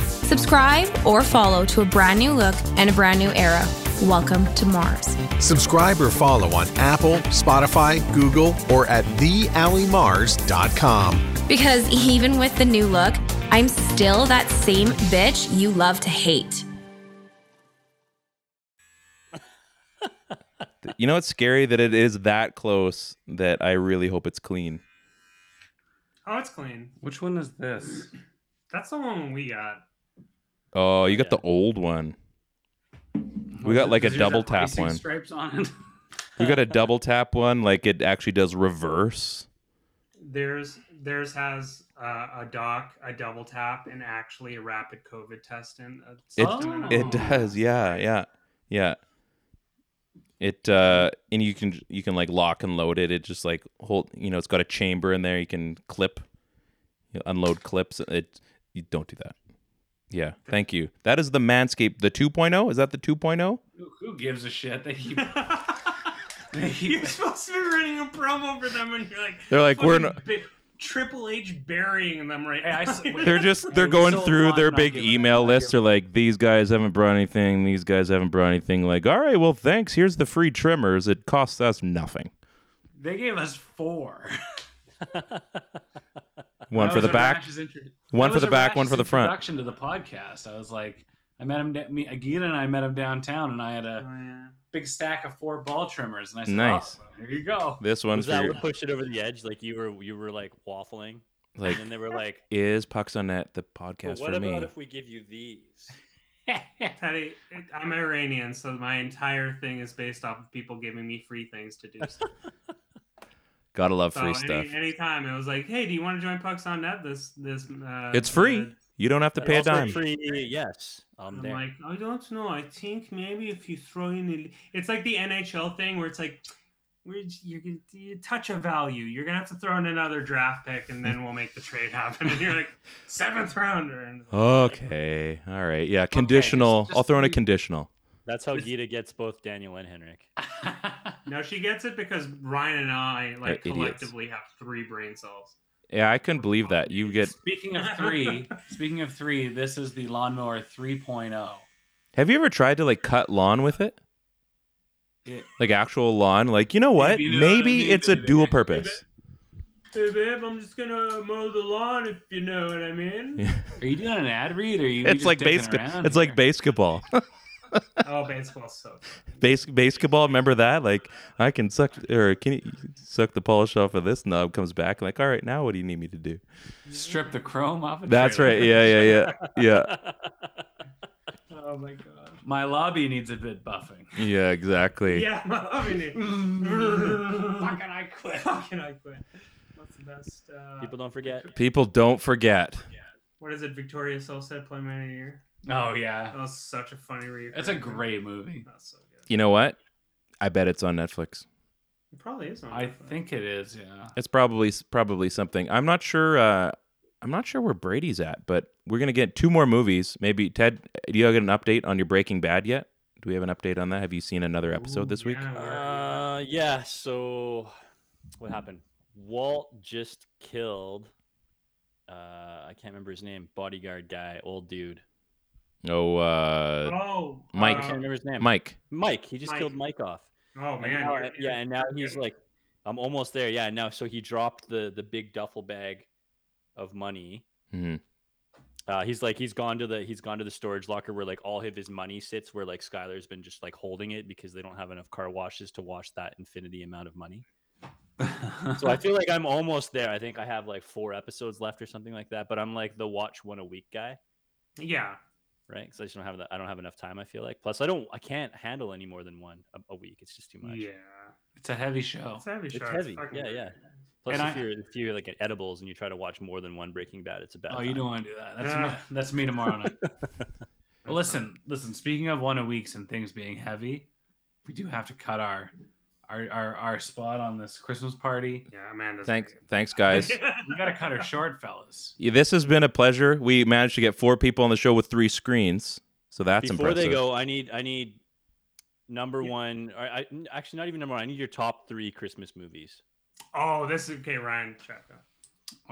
Speaker 6: Subscribe or follow to a brand new look and a brand new era. Welcome to Mars.
Speaker 7: Subscribe or follow on Apple, Spotify, Google, or at theallymars.com.
Speaker 6: Because even with the new look, I'm still that same bitch you love to hate.
Speaker 1: Th- You know, it's scary that it is that close. That I really hope it's clean.
Speaker 5: Oh, it's clean.
Speaker 4: Which one is this?
Speaker 5: That's the one we got.
Speaker 1: Oh, you got the old one. We got like a
Speaker 4: Does yours
Speaker 1: double
Speaker 4: have
Speaker 1: tap
Speaker 4: icing
Speaker 1: one.
Speaker 4: Stripes on it.
Speaker 1: We got a double tap one. Like it actually does reverse.
Speaker 5: There's theirs has uh, a doc, a double tap, and actually a rapid COVID test and a
Speaker 1: It
Speaker 5: system and all
Speaker 1: it
Speaker 5: that.
Speaker 1: does. Yeah, yeah, yeah. It uh, and you can you can like lock and load it. It just like hold. You know, it's got a chamber in there. You can clip, you unload clips. It you don't do that. Yeah, thank you. That is the Manscaped, the 2.0. Is that the oh? 2.0?
Speaker 4: who, who gives a shit? They keep. They
Speaker 5: You're
Speaker 4: keep
Speaker 5: supposed to be running a promo for them, and you're like,
Speaker 1: They're like, we're
Speaker 5: fucking bi- Triple H burying them right.
Speaker 4: Hey, I s-
Speaker 5: now.
Speaker 1: They're just
Speaker 4: Hey,
Speaker 1: they're
Speaker 4: we
Speaker 1: going
Speaker 4: sold
Speaker 1: through
Speaker 4: one,
Speaker 1: their
Speaker 4: not
Speaker 1: big
Speaker 4: giving it,
Speaker 1: email
Speaker 4: not
Speaker 1: list. They're
Speaker 4: giving
Speaker 1: like, these guys haven't brought anything. These guys haven't brought anything. Like, all right, well, thanks. Here's the free trimmers. It costs us nothing.
Speaker 4: they gave us four.
Speaker 1: One
Speaker 4: That
Speaker 1: for
Speaker 4: was
Speaker 1: the
Speaker 4: a
Speaker 1: back.
Speaker 4: Rash's intro-
Speaker 1: One
Speaker 4: that
Speaker 1: for
Speaker 4: was
Speaker 1: the
Speaker 4: a
Speaker 1: back, one
Speaker 4: Rash's
Speaker 1: for the front.
Speaker 4: Introduction to the podcast. I was like, I met him. da- Me, Agita and I met him downtown, and I had
Speaker 5: Oh,
Speaker 4: a
Speaker 5: yeah.
Speaker 4: big stack of four ball trimmers, and I said,
Speaker 1: Nice.
Speaker 4: "Oh, here you go."
Speaker 1: This one's
Speaker 2: Was
Speaker 1: for
Speaker 2: that
Speaker 1: your-
Speaker 2: what pushed it over the edge? Like you were you were like waffling
Speaker 1: Like,
Speaker 2: and then they were like,
Speaker 1: is Pucks on Net the
Speaker 2: "But
Speaker 1: podcast
Speaker 2: what
Speaker 1: for
Speaker 2: about
Speaker 1: me?
Speaker 2: if we give you these?
Speaker 5: Patty, I'm Iranian, so my entire thing is based off of people giving me free things to do. stuff.
Speaker 1: Gotta love
Speaker 4: Oh,
Speaker 5: so
Speaker 1: free
Speaker 5: any,
Speaker 1: stuff.
Speaker 5: anytime it was like, hey, do you want to join Pucks on Net? This this uh,
Speaker 1: it's free.
Speaker 5: the-
Speaker 1: You don't have to
Speaker 2: But
Speaker 1: pay a
Speaker 2: also
Speaker 1: dime.
Speaker 2: free, yes, I'm,
Speaker 5: I'm
Speaker 2: there.
Speaker 5: like, I don't know. I think maybe if you throw in, a, it's like the NHL thing where it's like, we're, j- you're gonna you touch a value. You're gonna have to throw in another draft pick, and then we'll make the trade happen. And you're like seventh rounder. And
Speaker 1: Okay. All right. Yeah. Conditional.
Speaker 4: just
Speaker 1: I'll throw in a
Speaker 4: free-
Speaker 1: conditional.
Speaker 2: That's how Gita gets both Daniel and Henrik.
Speaker 5: Ah, no, she gets it because Ryan and I like
Speaker 1: Uh, idiots.
Speaker 5: collectively have three brain cells.
Speaker 1: Yeah, I couldn't believe that. You get.
Speaker 4: Speaking of three, speaking of three, this is the lawnmower oh. 3.0.
Speaker 1: Have you ever tried to like cut lawn with it?
Speaker 4: Yeah.
Speaker 1: Like actual lawn. Like you know what?
Speaker 4: Maybe, uh,
Speaker 1: Maybe
Speaker 4: maybe
Speaker 1: it's a
Speaker 4: they-
Speaker 1: dual purpose.
Speaker 5: Hey babe, I'm just gonna mow the lawn if you know what I mean.
Speaker 4: Are you doing an ad read or are you? we
Speaker 1: It's
Speaker 4: just
Speaker 1: like
Speaker 4: dicking
Speaker 1: baseball.
Speaker 4: around
Speaker 1: It's
Speaker 4: here?
Speaker 1: like basketball.
Speaker 5: oh, baseball's so.
Speaker 1: Bas- basketball. Remember that? Like I can suck or can you suck the polish off of this knob. Comes back like, all right, now what do you need me to do?
Speaker 4: strip the chrome off. A
Speaker 1: That's
Speaker 4: trailer.
Speaker 1: right. Yeah, yeah, yeah, yeah,
Speaker 5: Oh my god.
Speaker 4: My lobby needs a bit buffing.
Speaker 1: yeah. Exactly.
Speaker 5: Yeah, I mean, it. How can I quit? How can I quit? That's the best. Uh,
Speaker 2: People don't forget.
Speaker 1: People don't forget.
Speaker 5: what is it? Victoria Soul said, "Play Man of the Year."
Speaker 4: Oh yeah,
Speaker 5: That was such a funny read.
Speaker 4: that's a great movie.
Speaker 5: That's so good.
Speaker 1: You know what? I bet it's on Netflix.
Speaker 5: It probably is on.
Speaker 4: I
Speaker 5: Netflix.
Speaker 4: think it is. Yeah.
Speaker 1: It's probably probably something. I'm not sure. Uh, I'm not sure where Brady's at, but we're gonna get two more movies. Maybe Ted, do you get an update on your Breaking Bad yet? Do we have an update on that? Have you seen another episode this week?
Speaker 5: Yeah,
Speaker 2: Uh,
Speaker 5: we're-
Speaker 2: yeah. So, what happened? Walt just killed. Uh, I can't remember his name. Bodyguard guy, old dude.
Speaker 1: Oh, uh,
Speaker 5: oh,
Speaker 1: Mike.
Speaker 2: I can't
Speaker 5: uh,
Speaker 2: remember his name.
Speaker 1: Mike.
Speaker 2: Mike. He just
Speaker 5: Mike.
Speaker 2: killed Mike off.
Speaker 5: oh
Speaker 2: And
Speaker 5: man.
Speaker 2: now-
Speaker 5: you're-
Speaker 2: yeah, and now he's
Speaker 5: okay.
Speaker 2: like, I'm almost there. Yeah, now so he dropped the the big duffel bag of money.
Speaker 1: Mhm.
Speaker 2: Uh, he's like he's gone to the he's gone to the storage locker where like all of his money sits where like Skylar's been just like holding it because they don't have enough car washes to wash that infinity amount of money. So I feel like I'm almost there. I think I have like four episodes left or something like that. But I'm like the watch one a week guy,
Speaker 5: yeah.
Speaker 2: right? Because I just don't have that. I don't have enough time. I feel like plus I don't I can't handle any more than one a, a week. It's just too much.
Speaker 5: Yeah.
Speaker 4: it's a heavy show.
Speaker 5: It's heavy.
Speaker 2: It's
Speaker 5: show,
Speaker 2: heavy,
Speaker 5: fucking
Speaker 2: yeah,
Speaker 5: great.
Speaker 2: yeah. Plus,
Speaker 4: And
Speaker 2: if
Speaker 4: I-
Speaker 2: you're if you're like at edibles and you try to watch more than one Breaking Bad, it's a bad.
Speaker 4: Oh, you
Speaker 2: time.
Speaker 4: don't want to do that. That's
Speaker 5: Yeah.
Speaker 4: me, that's me tomorrow night. Well, listen, listen. Speaking of one a weeks and things being heavy, we do have to cut our our our, our spot on this Christmas party.
Speaker 5: Yeah, Amanda's.
Speaker 1: Thanks, thanks, guys.
Speaker 4: We got to cut her short, fellas.
Speaker 1: Yeah, this has been a pleasure. We managed to get four people on the show with three screens, so that's
Speaker 2: Before
Speaker 1: impressive.
Speaker 2: they go, I need I need number one. Or I n- actually not even number one. I need your top three Christmas movies.
Speaker 5: oh, this is okay, Ryan. Check out.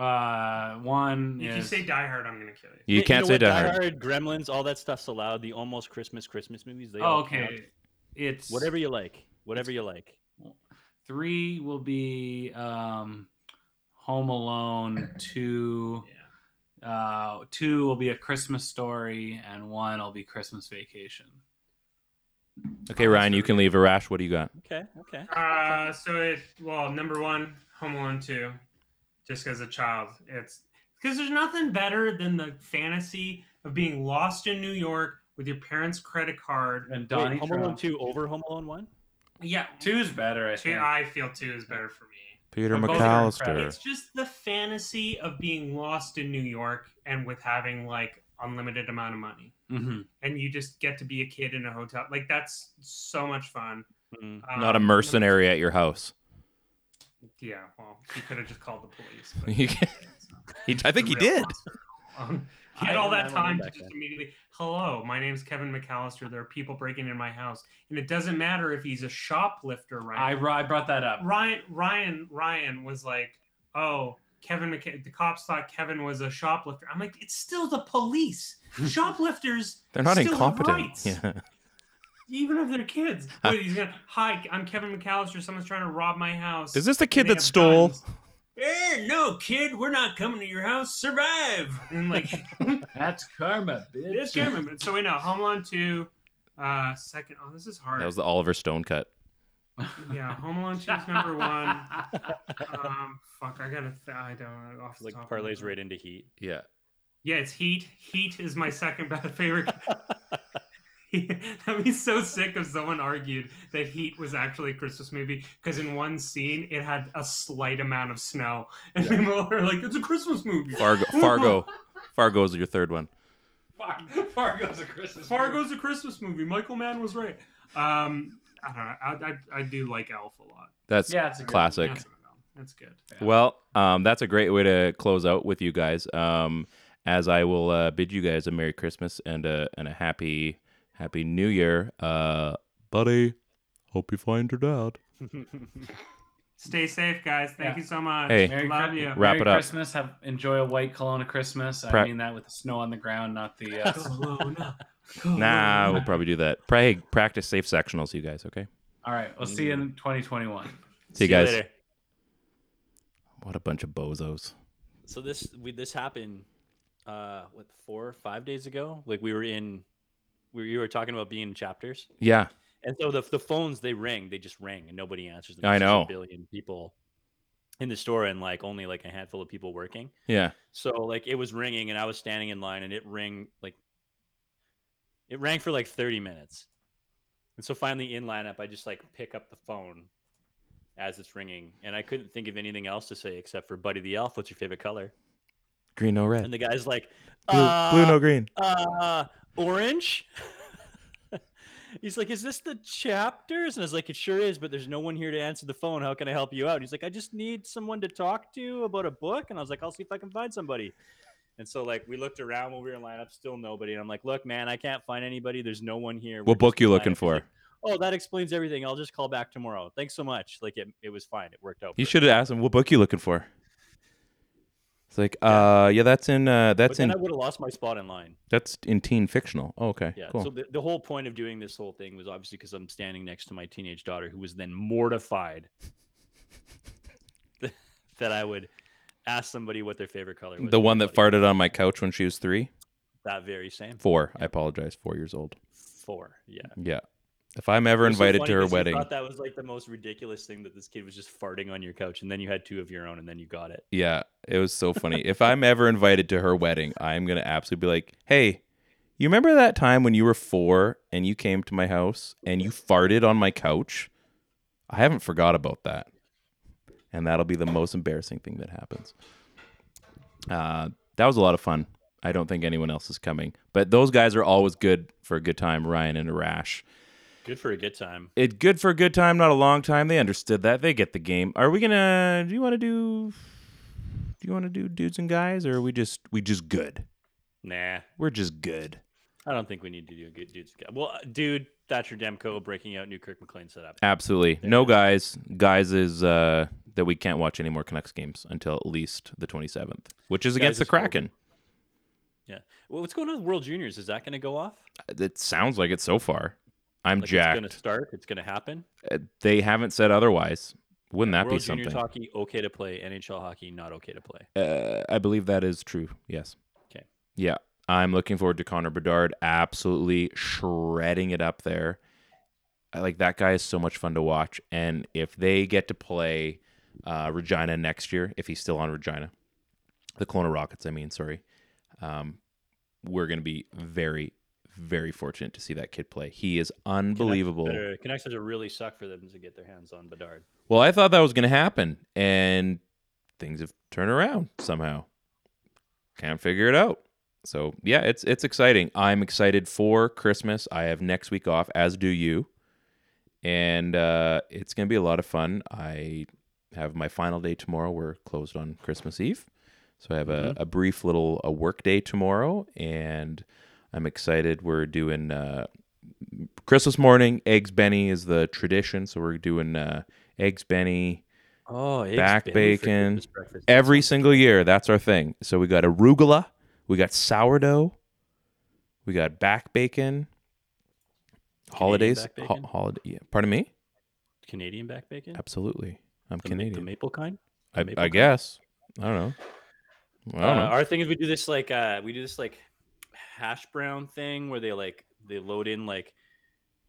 Speaker 4: Uh, one
Speaker 5: If you
Speaker 4: is
Speaker 5: say Die Hard, I'm gonna kill you.
Speaker 1: you
Speaker 2: Hey,
Speaker 1: can't
Speaker 2: know
Speaker 1: say
Speaker 2: what?
Speaker 1: Die Hard.
Speaker 2: Gremlins, all that stuff's allowed. The almost Christmas Christmas movies. They
Speaker 4: oh,
Speaker 2: all count.
Speaker 4: okay. It's
Speaker 2: Whatever you like. Whatever you like.
Speaker 4: Three will be um, Home Alone. Two,
Speaker 5: Yeah.
Speaker 4: uh, two will be a Christmas story, and one will be Christmas Vacation.
Speaker 1: Okay, Ryan, you can leave. Arash, what do you got?
Speaker 2: Okay. Okay.
Speaker 5: Uh, so it well, number one, Home Alone two, just as a child, it's because there's nothing better than the fantasy of being lost in New York with your parents' credit card.
Speaker 4: And Donnie
Speaker 2: Wait, Home
Speaker 4: Trump.
Speaker 2: Alone two over Home Alone one.
Speaker 5: Yeah,
Speaker 4: Two's better, I
Speaker 5: two.
Speaker 4: think.
Speaker 5: I feel two is better for me.
Speaker 1: Peter
Speaker 4: But both are
Speaker 1: McAllister.
Speaker 5: It's just the fantasy of being lost in New York and with having like unlimited amount of money,
Speaker 1: Mm-hmm.
Speaker 4: hmm
Speaker 5: and you just get to be a kid in a hotel. Like that's so much fun.
Speaker 2: Mm.
Speaker 5: Um,
Speaker 1: Not a
Speaker 5: number-
Speaker 1: mercenary at your house.
Speaker 5: Yeah, well, he could have just called the police.
Speaker 1: He- I think he
Speaker 5: the real
Speaker 1: did.
Speaker 5: monster. Um,
Speaker 2: I
Speaker 5: he had all
Speaker 2: don't
Speaker 5: that
Speaker 2: know
Speaker 5: time to
Speaker 2: back
Speaker 5: just
Speaker 2: then.
Speaker 5: immediately, hello, my name's Kevin McAllister. There are people breaking in my house, and it doesn't matter if he's a shoplifter,
Speaker 4: I,
Speaker 5: right?
Speaker 4: br- I brought that up.
Speaker 5: Ryan, Ryan, Ryan was like, oh, Kevin. McK- the cops thought Kevin was a shoplifter. I'm like, it's still the police. Shoplifters.
Speaker 1: They're not
Speaker 5: still have
Speaker 1: incompetent.
Speaker 5: rights,
Speaker 1: Yeah.
Speaker 5: Even if they're kids. Wait, he's gonna. Hi, I'm Kevin McAllister. Someone's trying to rob my house.
Speaker 1: Is this the
Speaker 5: And
Speaker 1: kid
Speaker 5: they
Speaker 1: that
Speaker 5: have
Speaker 1: stole?
Speaker 5: guns. Eh, no, kid, we're not coming to your house. Survive. And like.
Speaker 4: That's karma, bitch.
Speaker 5: It is Cameron. but- So we know Home Alone 2, uh, second. Oh, this is hard.
Speaker 1: That was the Oliver Stone cut.
Speaker 5: yeah, Home Alone 2 is number one. Um, fuck, I gotta. Th- I don't. Off the
Speaker 2: Like
Speaker 5: top of my
Speaker 2: parlays
Speaker 5: head.
Speaker 2: right into heat.
Speaker 1: Yeah.
Speaker 5: Yeah, it's Heat. Heat is my second best favorite. That'd be so sick if someone argued that Heat was actually a Christmas movie because in one scene it had a slight amount of snow, and people were like, "It's a Christmas movie."
Speaker 1: Fargo. Fargo. Fargo's your third one.
Speaker 4: Far- Fargo's a Christmas.
Speaker 5: Fargo's a Christmas movie. Michael Mann was right. Um, I don't know. I, I, I do like Elf a lot.
Speaker 1: That's
Speaker 4: Yeah, it's a good-
Speaker 1: classic.
Speaker 5: That's, a good film. That's good.
Speaker 1: Well, um, that's a great way to close out with you guys. Um, as I will uh, bid you guys a Merry Christmas and a and a happy Happy New Year, uh, buddy. Hope you find your dad.
Speaker 5: Stay safe, guys. Thank
Speaker 4: Yeah.
Speaker 5: you so much.
Speaker 1: Hey.
Speaker 4: Merry,
Speaker 5: love
Speaker 4: Chri-
Speaker 5: you.
Speaker 4: Merry
Speaker 1: Wrap it up.
Speaker 4: Christmas. Have enjoy a white Kelowna Christmas. I
Speaker 1: Pra-
Speaker 4: mean that with the snow on the ground, not the. Uh...
Speaker 5: Corona.
Speaker 1: Nah,
Speaker 5: Corona.
Speaker 1: we'll probably do that. Pray, practice safe sectionals, you guys. Okay.
Speaker 4: All right, we'll see you in 2021.
Speaker 1: See you guys.
Speaker 2: later.
Speaker 1: What a bunch of bozos.
Speaker 2: So this we this happened uh what four or five days ago? Like we were in we you were talking about being in chapters.
Speaker 1: Yeah.
Speaker 2: And so the the phones they ring, they just ring and nobody answers them.
Speaker 1: I
Speaker 2: There's such
Speaker 1: know.
Speaker 2: a billion people in the store and like only like a handful of people working.
Speaker 1: Yeah.
Speaker 2: So like it was ringing and I was standing in line and it rang like it rang for like 30 minutes. And so finally in lineup I just like pick up the phone as it's ringing and I couldn't think of anything else to say except for Buddy the Elf, what's your favorite color?
Speaker 1: Green, no red.
Speaker 2: And the guy's like
Speaker 1: Blue,
Speaker 2: uh,
Speaker 1: blue, no green.
Speaker 2: uh orange he's like is this the chapters and i was like it sure is but there's no one here to answer the phone how can i help you out and he's like i just need someone to talk to about a book and i was like i'll see if i can find somebody and so like we looked around when we were in lineup still nobody and i'm like look man i can't find anybody there's no one here
Speaker 1: What
Speaker 2: We're just
Speaker 1: book you
Speaker 2: in
Speaker 1: looking
Speaker 2: lineup." He's
Speaker 1: for?
Speaker 2: like, oh that explains everything i'll just call back tomorrow thanks so much like it, it was fine it worked out
Speaker 1: You
Speaker 2: for us.
Speaker 1: should have asked him what book you looking for. It's like, uh, yeah, that's in, uh,
Speaker 2: but
Speaker 1: that's
Speaker 2: then
Speaker 1: in,
Speaker 2: i would have lost my spot in line
Speaker 1: that's in teen fictional. Oh, okay,
Speaker 2: Yeah.
Speaker 1: cool.
Speaker 2: So the, the whole point of doing this whole thing was obviously because I'm standing next to my teenage daughter, who was then mortified th- that I would ask somebody what their favorite color was.
Speaker 1: the one that
Speaker 2: Everybody-
Speaker 1: farted on my couch when she was three,
Speaker 2: That very same.
Speaker 1: four. I apologize, four years old.
Speaker 2: Four. Yeah.
Speaker 1: Yeah. If I'm ever
Speaker 2: It was so
Speaker 1: invited
Speaker 2: funny
Speaker 1: to her
Speaker 2: 'cause you
Speaker 1: wedding,
Speaker 2: Thought that was like the most ridiculous thing that this kid was just farting on your couch, and then you had two of your own, and then you got it.
Speaker 1: yeah, it was so funny. if I'm ever invited to her wedding, I'm gonna absolutely be like, "Hey, you remember that time when you were four and you came to my house and you farted on my couch? I haven't forgot about that." And that'll be the most embarrassing thing that happens. Uh, that was a lot of fun. I don't think anyone else is coming, but those guys are always good for a good time. Ryan and Arash.
Speaker 2: Good for a good time.
Speaker 1: it good for a good time, not a long time. They understood that. They get the game. Are we gonna? Do you want to do? Do you want to do dudes and guys, or are we just we just good?
Speaker 2: Nah,
Speaker 1: We're just good.
Speaker 2: I don't think we need to do a good dude's. Well, uh, dude, Thatcher Demko breaking out new Kirk McLean setup.
Speaker 1: Absolutely, no guys. Guys is uh that we can't watch any more Canucks games until at least the twenty seventh, which is against the
Speaker 2: is horrible.
Speaker 1: Kraken.
Speaker 2: Yeah. Well, what's going on with World Juniors? Is that going to go off?
Speaker 1: Uh, It sounds like it so far. I'm
Speaker 2: Like it's
Speaker 1: jacked.
Speaker 2: going to start. It's going to happen.
Speaker 1: Uh, They haven't said otherwise. Wouldn't that be
Speaker 2: World
Speaker 1: something?
Speaker 2: Juniors hockey okay to play. NHL hockey not okay to play.
Speaker 1: Uh, I believe that is true. Yes.
Speaker 2: Okay.
Speaker 1: Yeah. I'm looking forward to Connor Bedard absolutely shredding it up there. I like that guy is so much fun to watch. And if they get to play uh, Regina next year, if he's still on Regina, the Kelowna Rockets, I mean, sorry, um, we're going to be very, very fortunate to see that kid play. He is unbelievable.
Speaker 2: Better, Canucks are really suck for them to get their hands on Bedard.
Speaker 1: Well, I thought that was going to happen, and things have turned around somehow. Can't figure it out. So yeah, it's it's exciting. I'm excited for Christmas. I have next week off, as do you, and uh, it's going to be a lot of fun. I have my final day tomorrow. We're closed on Christmas Eve, so I have a, a brief little a work day tomorrow, and I'm excited. We're doing uh, Christmas morning. Eggs Benny is the tradition, so we're doing uh, eggs Benny
Speaker 2: Oh,
Speaker 1: Back bacon, every single year. That's our thing. So we got arugula, we got sourdough, we got back bacon. Holidays,
Speaker 2: back bacon?
Speaker 1: holiday. Yeah. Pardon me.
Speaker 2: Canadian back bacon.
Speaker 1: Absolutely, I'm
Speaker 2: The ma- The
Speaker 1: Canadian.
Speaker 2: maple kind. the
Speaker 1: I,
Speaker 2: maple
Speaker 1: I
Speaker 2: kind?
Speaker 1: guess. I don't know. I
Speaker 2: Uh,
Speaker 1: don't know.
Speaker 2: Our thing is we do this like uh we do this like hash brown thing where they like they load in like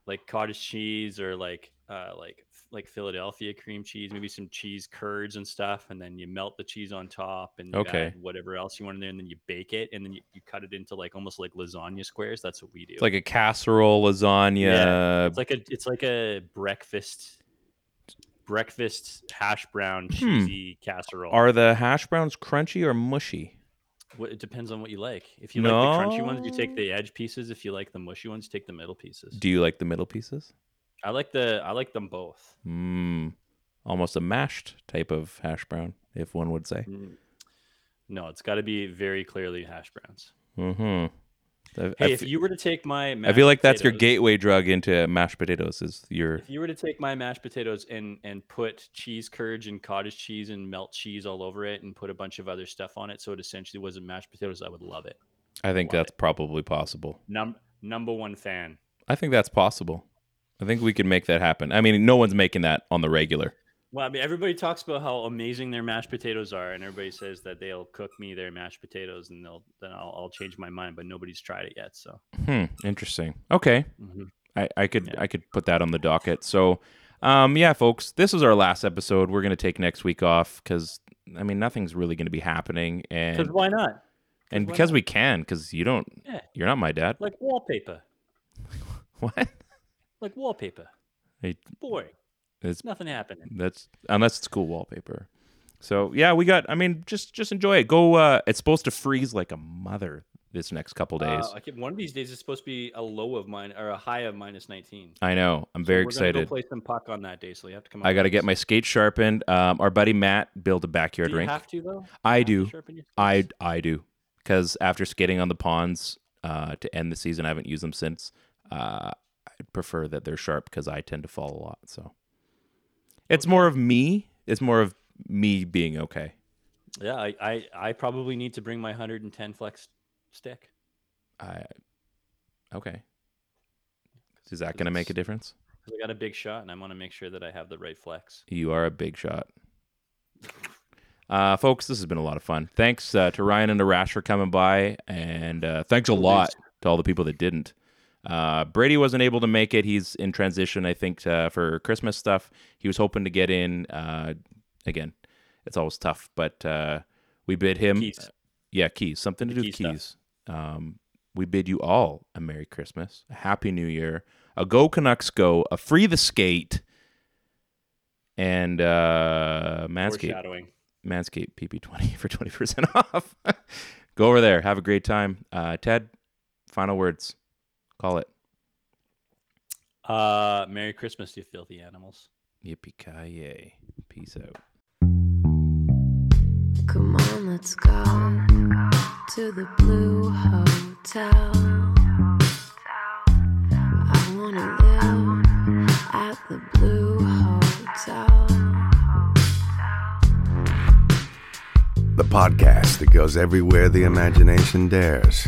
Speaker 2: like cottage cheese or like uh like f- like Philadelphia cream cheese, maybe some cheese curds and stuff, and then you melt the cheese on top and you
Speaker 1: Okay.
Speaker 2: add whatever else you want in there, and then you bake it, and then you, you cut it into like almost like lasagna squares. That's what we do.
Speaker 1: It's like a casserole, lasagna.
Speaker 2: Yeah, it's like a it's like a breakfast breakfast hash brown
Speaker 1: Hmm.
Speaker 2: cheesy casserole.
Speaker 1: Are the hash browns crunchy or mushy?
Speaker 2: Wh- it depends on what you like. If you like the crunchy ones, you take
Speaker 1: No.
Speaker 2: the edge pieces. If you like the mushy ones, take the middle pieces.
Speaker 1: Do you like the middle pieces?
Speaker 2: I like the I like them both.
Speaker 1: Mmm. Almost a mashed type of hash brown, if one would say.
Speaker 2: Mm. No, it's got to be very clearly hash browns.
Speaker 1: Mm-hmm. I, I
Speaker 2: Hey, if
Speaker 1: fe-
Speaker 2: you were to take my,
Speaker 1: I feel
Speaker 2: mashed
Speaker 1: like that's your
Speaker 2: potatoes-
Speaker 1: gateway drug into mashed potatoes. Is your
Speaker 2: If you were to take my mashed potatoes and and put cheese curds and cottage cheese and melt cheese all over it and put a bunch of other stuff on it, so it essentially wasn't mashed potatoes, I would love it.
Speaker 1: I think
Speaker 2: Love
Speaker 1: that's probably possible.
Speaker 2: Num- number one fan.
Speaker 1: I think that's possible. I think we could make that happen. I mean, no one's making that on the regular.
Speaker 2: Well, I mean, everybody talks about how amazing their mashed potatoes are, and everybody says that they'll cook me their mashed potatoes, and they'll then I'll, I'll change my mind, but nobody's tried it yet. So,
Speaker 1: Hmm. Interesting. Okay.
Speaker 2: Mhm.
Speaker 1: I, I could
Speaker 2: Yeah.
Speaker 1: I could put that on the docket. So, um, yeah, folks, this is our last episode. We're gonna take next week off because I mean nothing's really gonna be happening,
Speaker 2: because
Speaker 1: and
Speaker 2: why not?
Speaker 1: and
Speaker 2: why
Speaker 1: because
Speaker 2: not?
Speaker 1: we can, because you don't,
Speaker 2: Yeah,
Speaker 1: you're not my dad.
Speaker 2: like wallpaper,
Speaker 1: What?
Speaker 2: like wallpaper.
Speaker 1: Hey,
Speaker 2: Boring.
Speaker 1: It's
Speaker 2: Nothing happening.
Speaker 1: That's unless it's cool wallpaper. So yeah, we got. I mean, just just enjoy it. Go. Uh, it's supposed to freeze like a mother this next couple days.
Speaker 2: Wow, Uh, I keep- one of these days is supposed to be a low of mine or a high of minus 19.
Speaker 1: I know. I'm very
Speaker 2: We're Gonna
Speaker 1: excited.
Speaker 2: go play some puck on that day, so you have to come.
Speaker 1: I
Speaker 2: out
Speaker 1: got to
Speaker 2: with
Speaker 1: get
Speaker 2: us.
Speaker 1: my skate sharpened. Um, our buddy Matt built a
Speaker 2: Do
Speaker 1: backyard
Speaker 2: you
Speaker 1: rink.
Speaker 2: have to though?
Speaker 1: I
Speaker 2: Have to
Speaker 1: do.
Speaker 2: sharpen your
Speaker 1: I
Speaker 2: skills?
Speaker 1: I do because after skating on the ponds uh, to end the season, I haven't used them since. Uh, I prefer that they're sharp because I tend to fall a lot. So it's more of me. It's more of me being okay.
Speaker 2: Yeah, I, I I probably need to bring my 110 flex stick.
Speaker 1: I okay. Is that going to make a
Speaker 2: it's-
Speaker 1: difference?
Speaker 2: 'cause I got a big shot, and I want to make sure that I have the right flex.
Speaker 1: You are a big shot. Uh, folks, this has been a lot of fun. Thanks uh, to Ryan and to Rash for coming by, and uh, thanks a lot to all the people that didn't. Uh, Brady wasn't able to make it. He's in transition, I think, uh, for Christmas stuff. He was hoping to get in. Uh, again, it's always tough, but uh, we bid him.
Speaker 2: Keys.
Speaker 1: Yeah, keys. Something to
Speaker 2: The
Speaker 1: do with
Speaker 2: key stuff.
Speaker 1: keys. Um, we bid you all a Merry Christmas, a Happy New Year, a Go Canucks Go, a Free the Skate, and uh, Manscaped.
Speaker 2: Foreshadowing.
Speaker 1: Manscaped PP20 for 20% off. Go over there. Have a great time. Uh, Ted, final words. Call it.
Speaker 2: Uh, Merry Christmas, you filthy animals.
Speaker 1: Yippee-ki-yay. Peace out.
Speaker 8: Come on, let's go to the blue hotel. I wanna live at the blue hotel.
Speaker 9: The podcast that goes everywhere the imagination dares.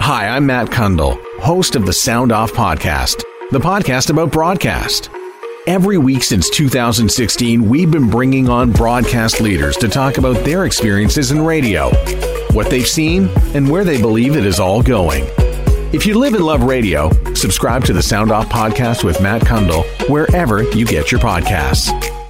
Speaker 7: Hi, I'm Matt Kundle, host of the Sound Off Podcast, the podcast about broadcast. Every week since 2016, we've been bringing on broadcast leaders to talk about their experiences in radio, what they've seen, and where they believe it is all going. If you live and love radio, subscribe to the Sound Off Podcast with Matt Kundle wherever you get your podcasts.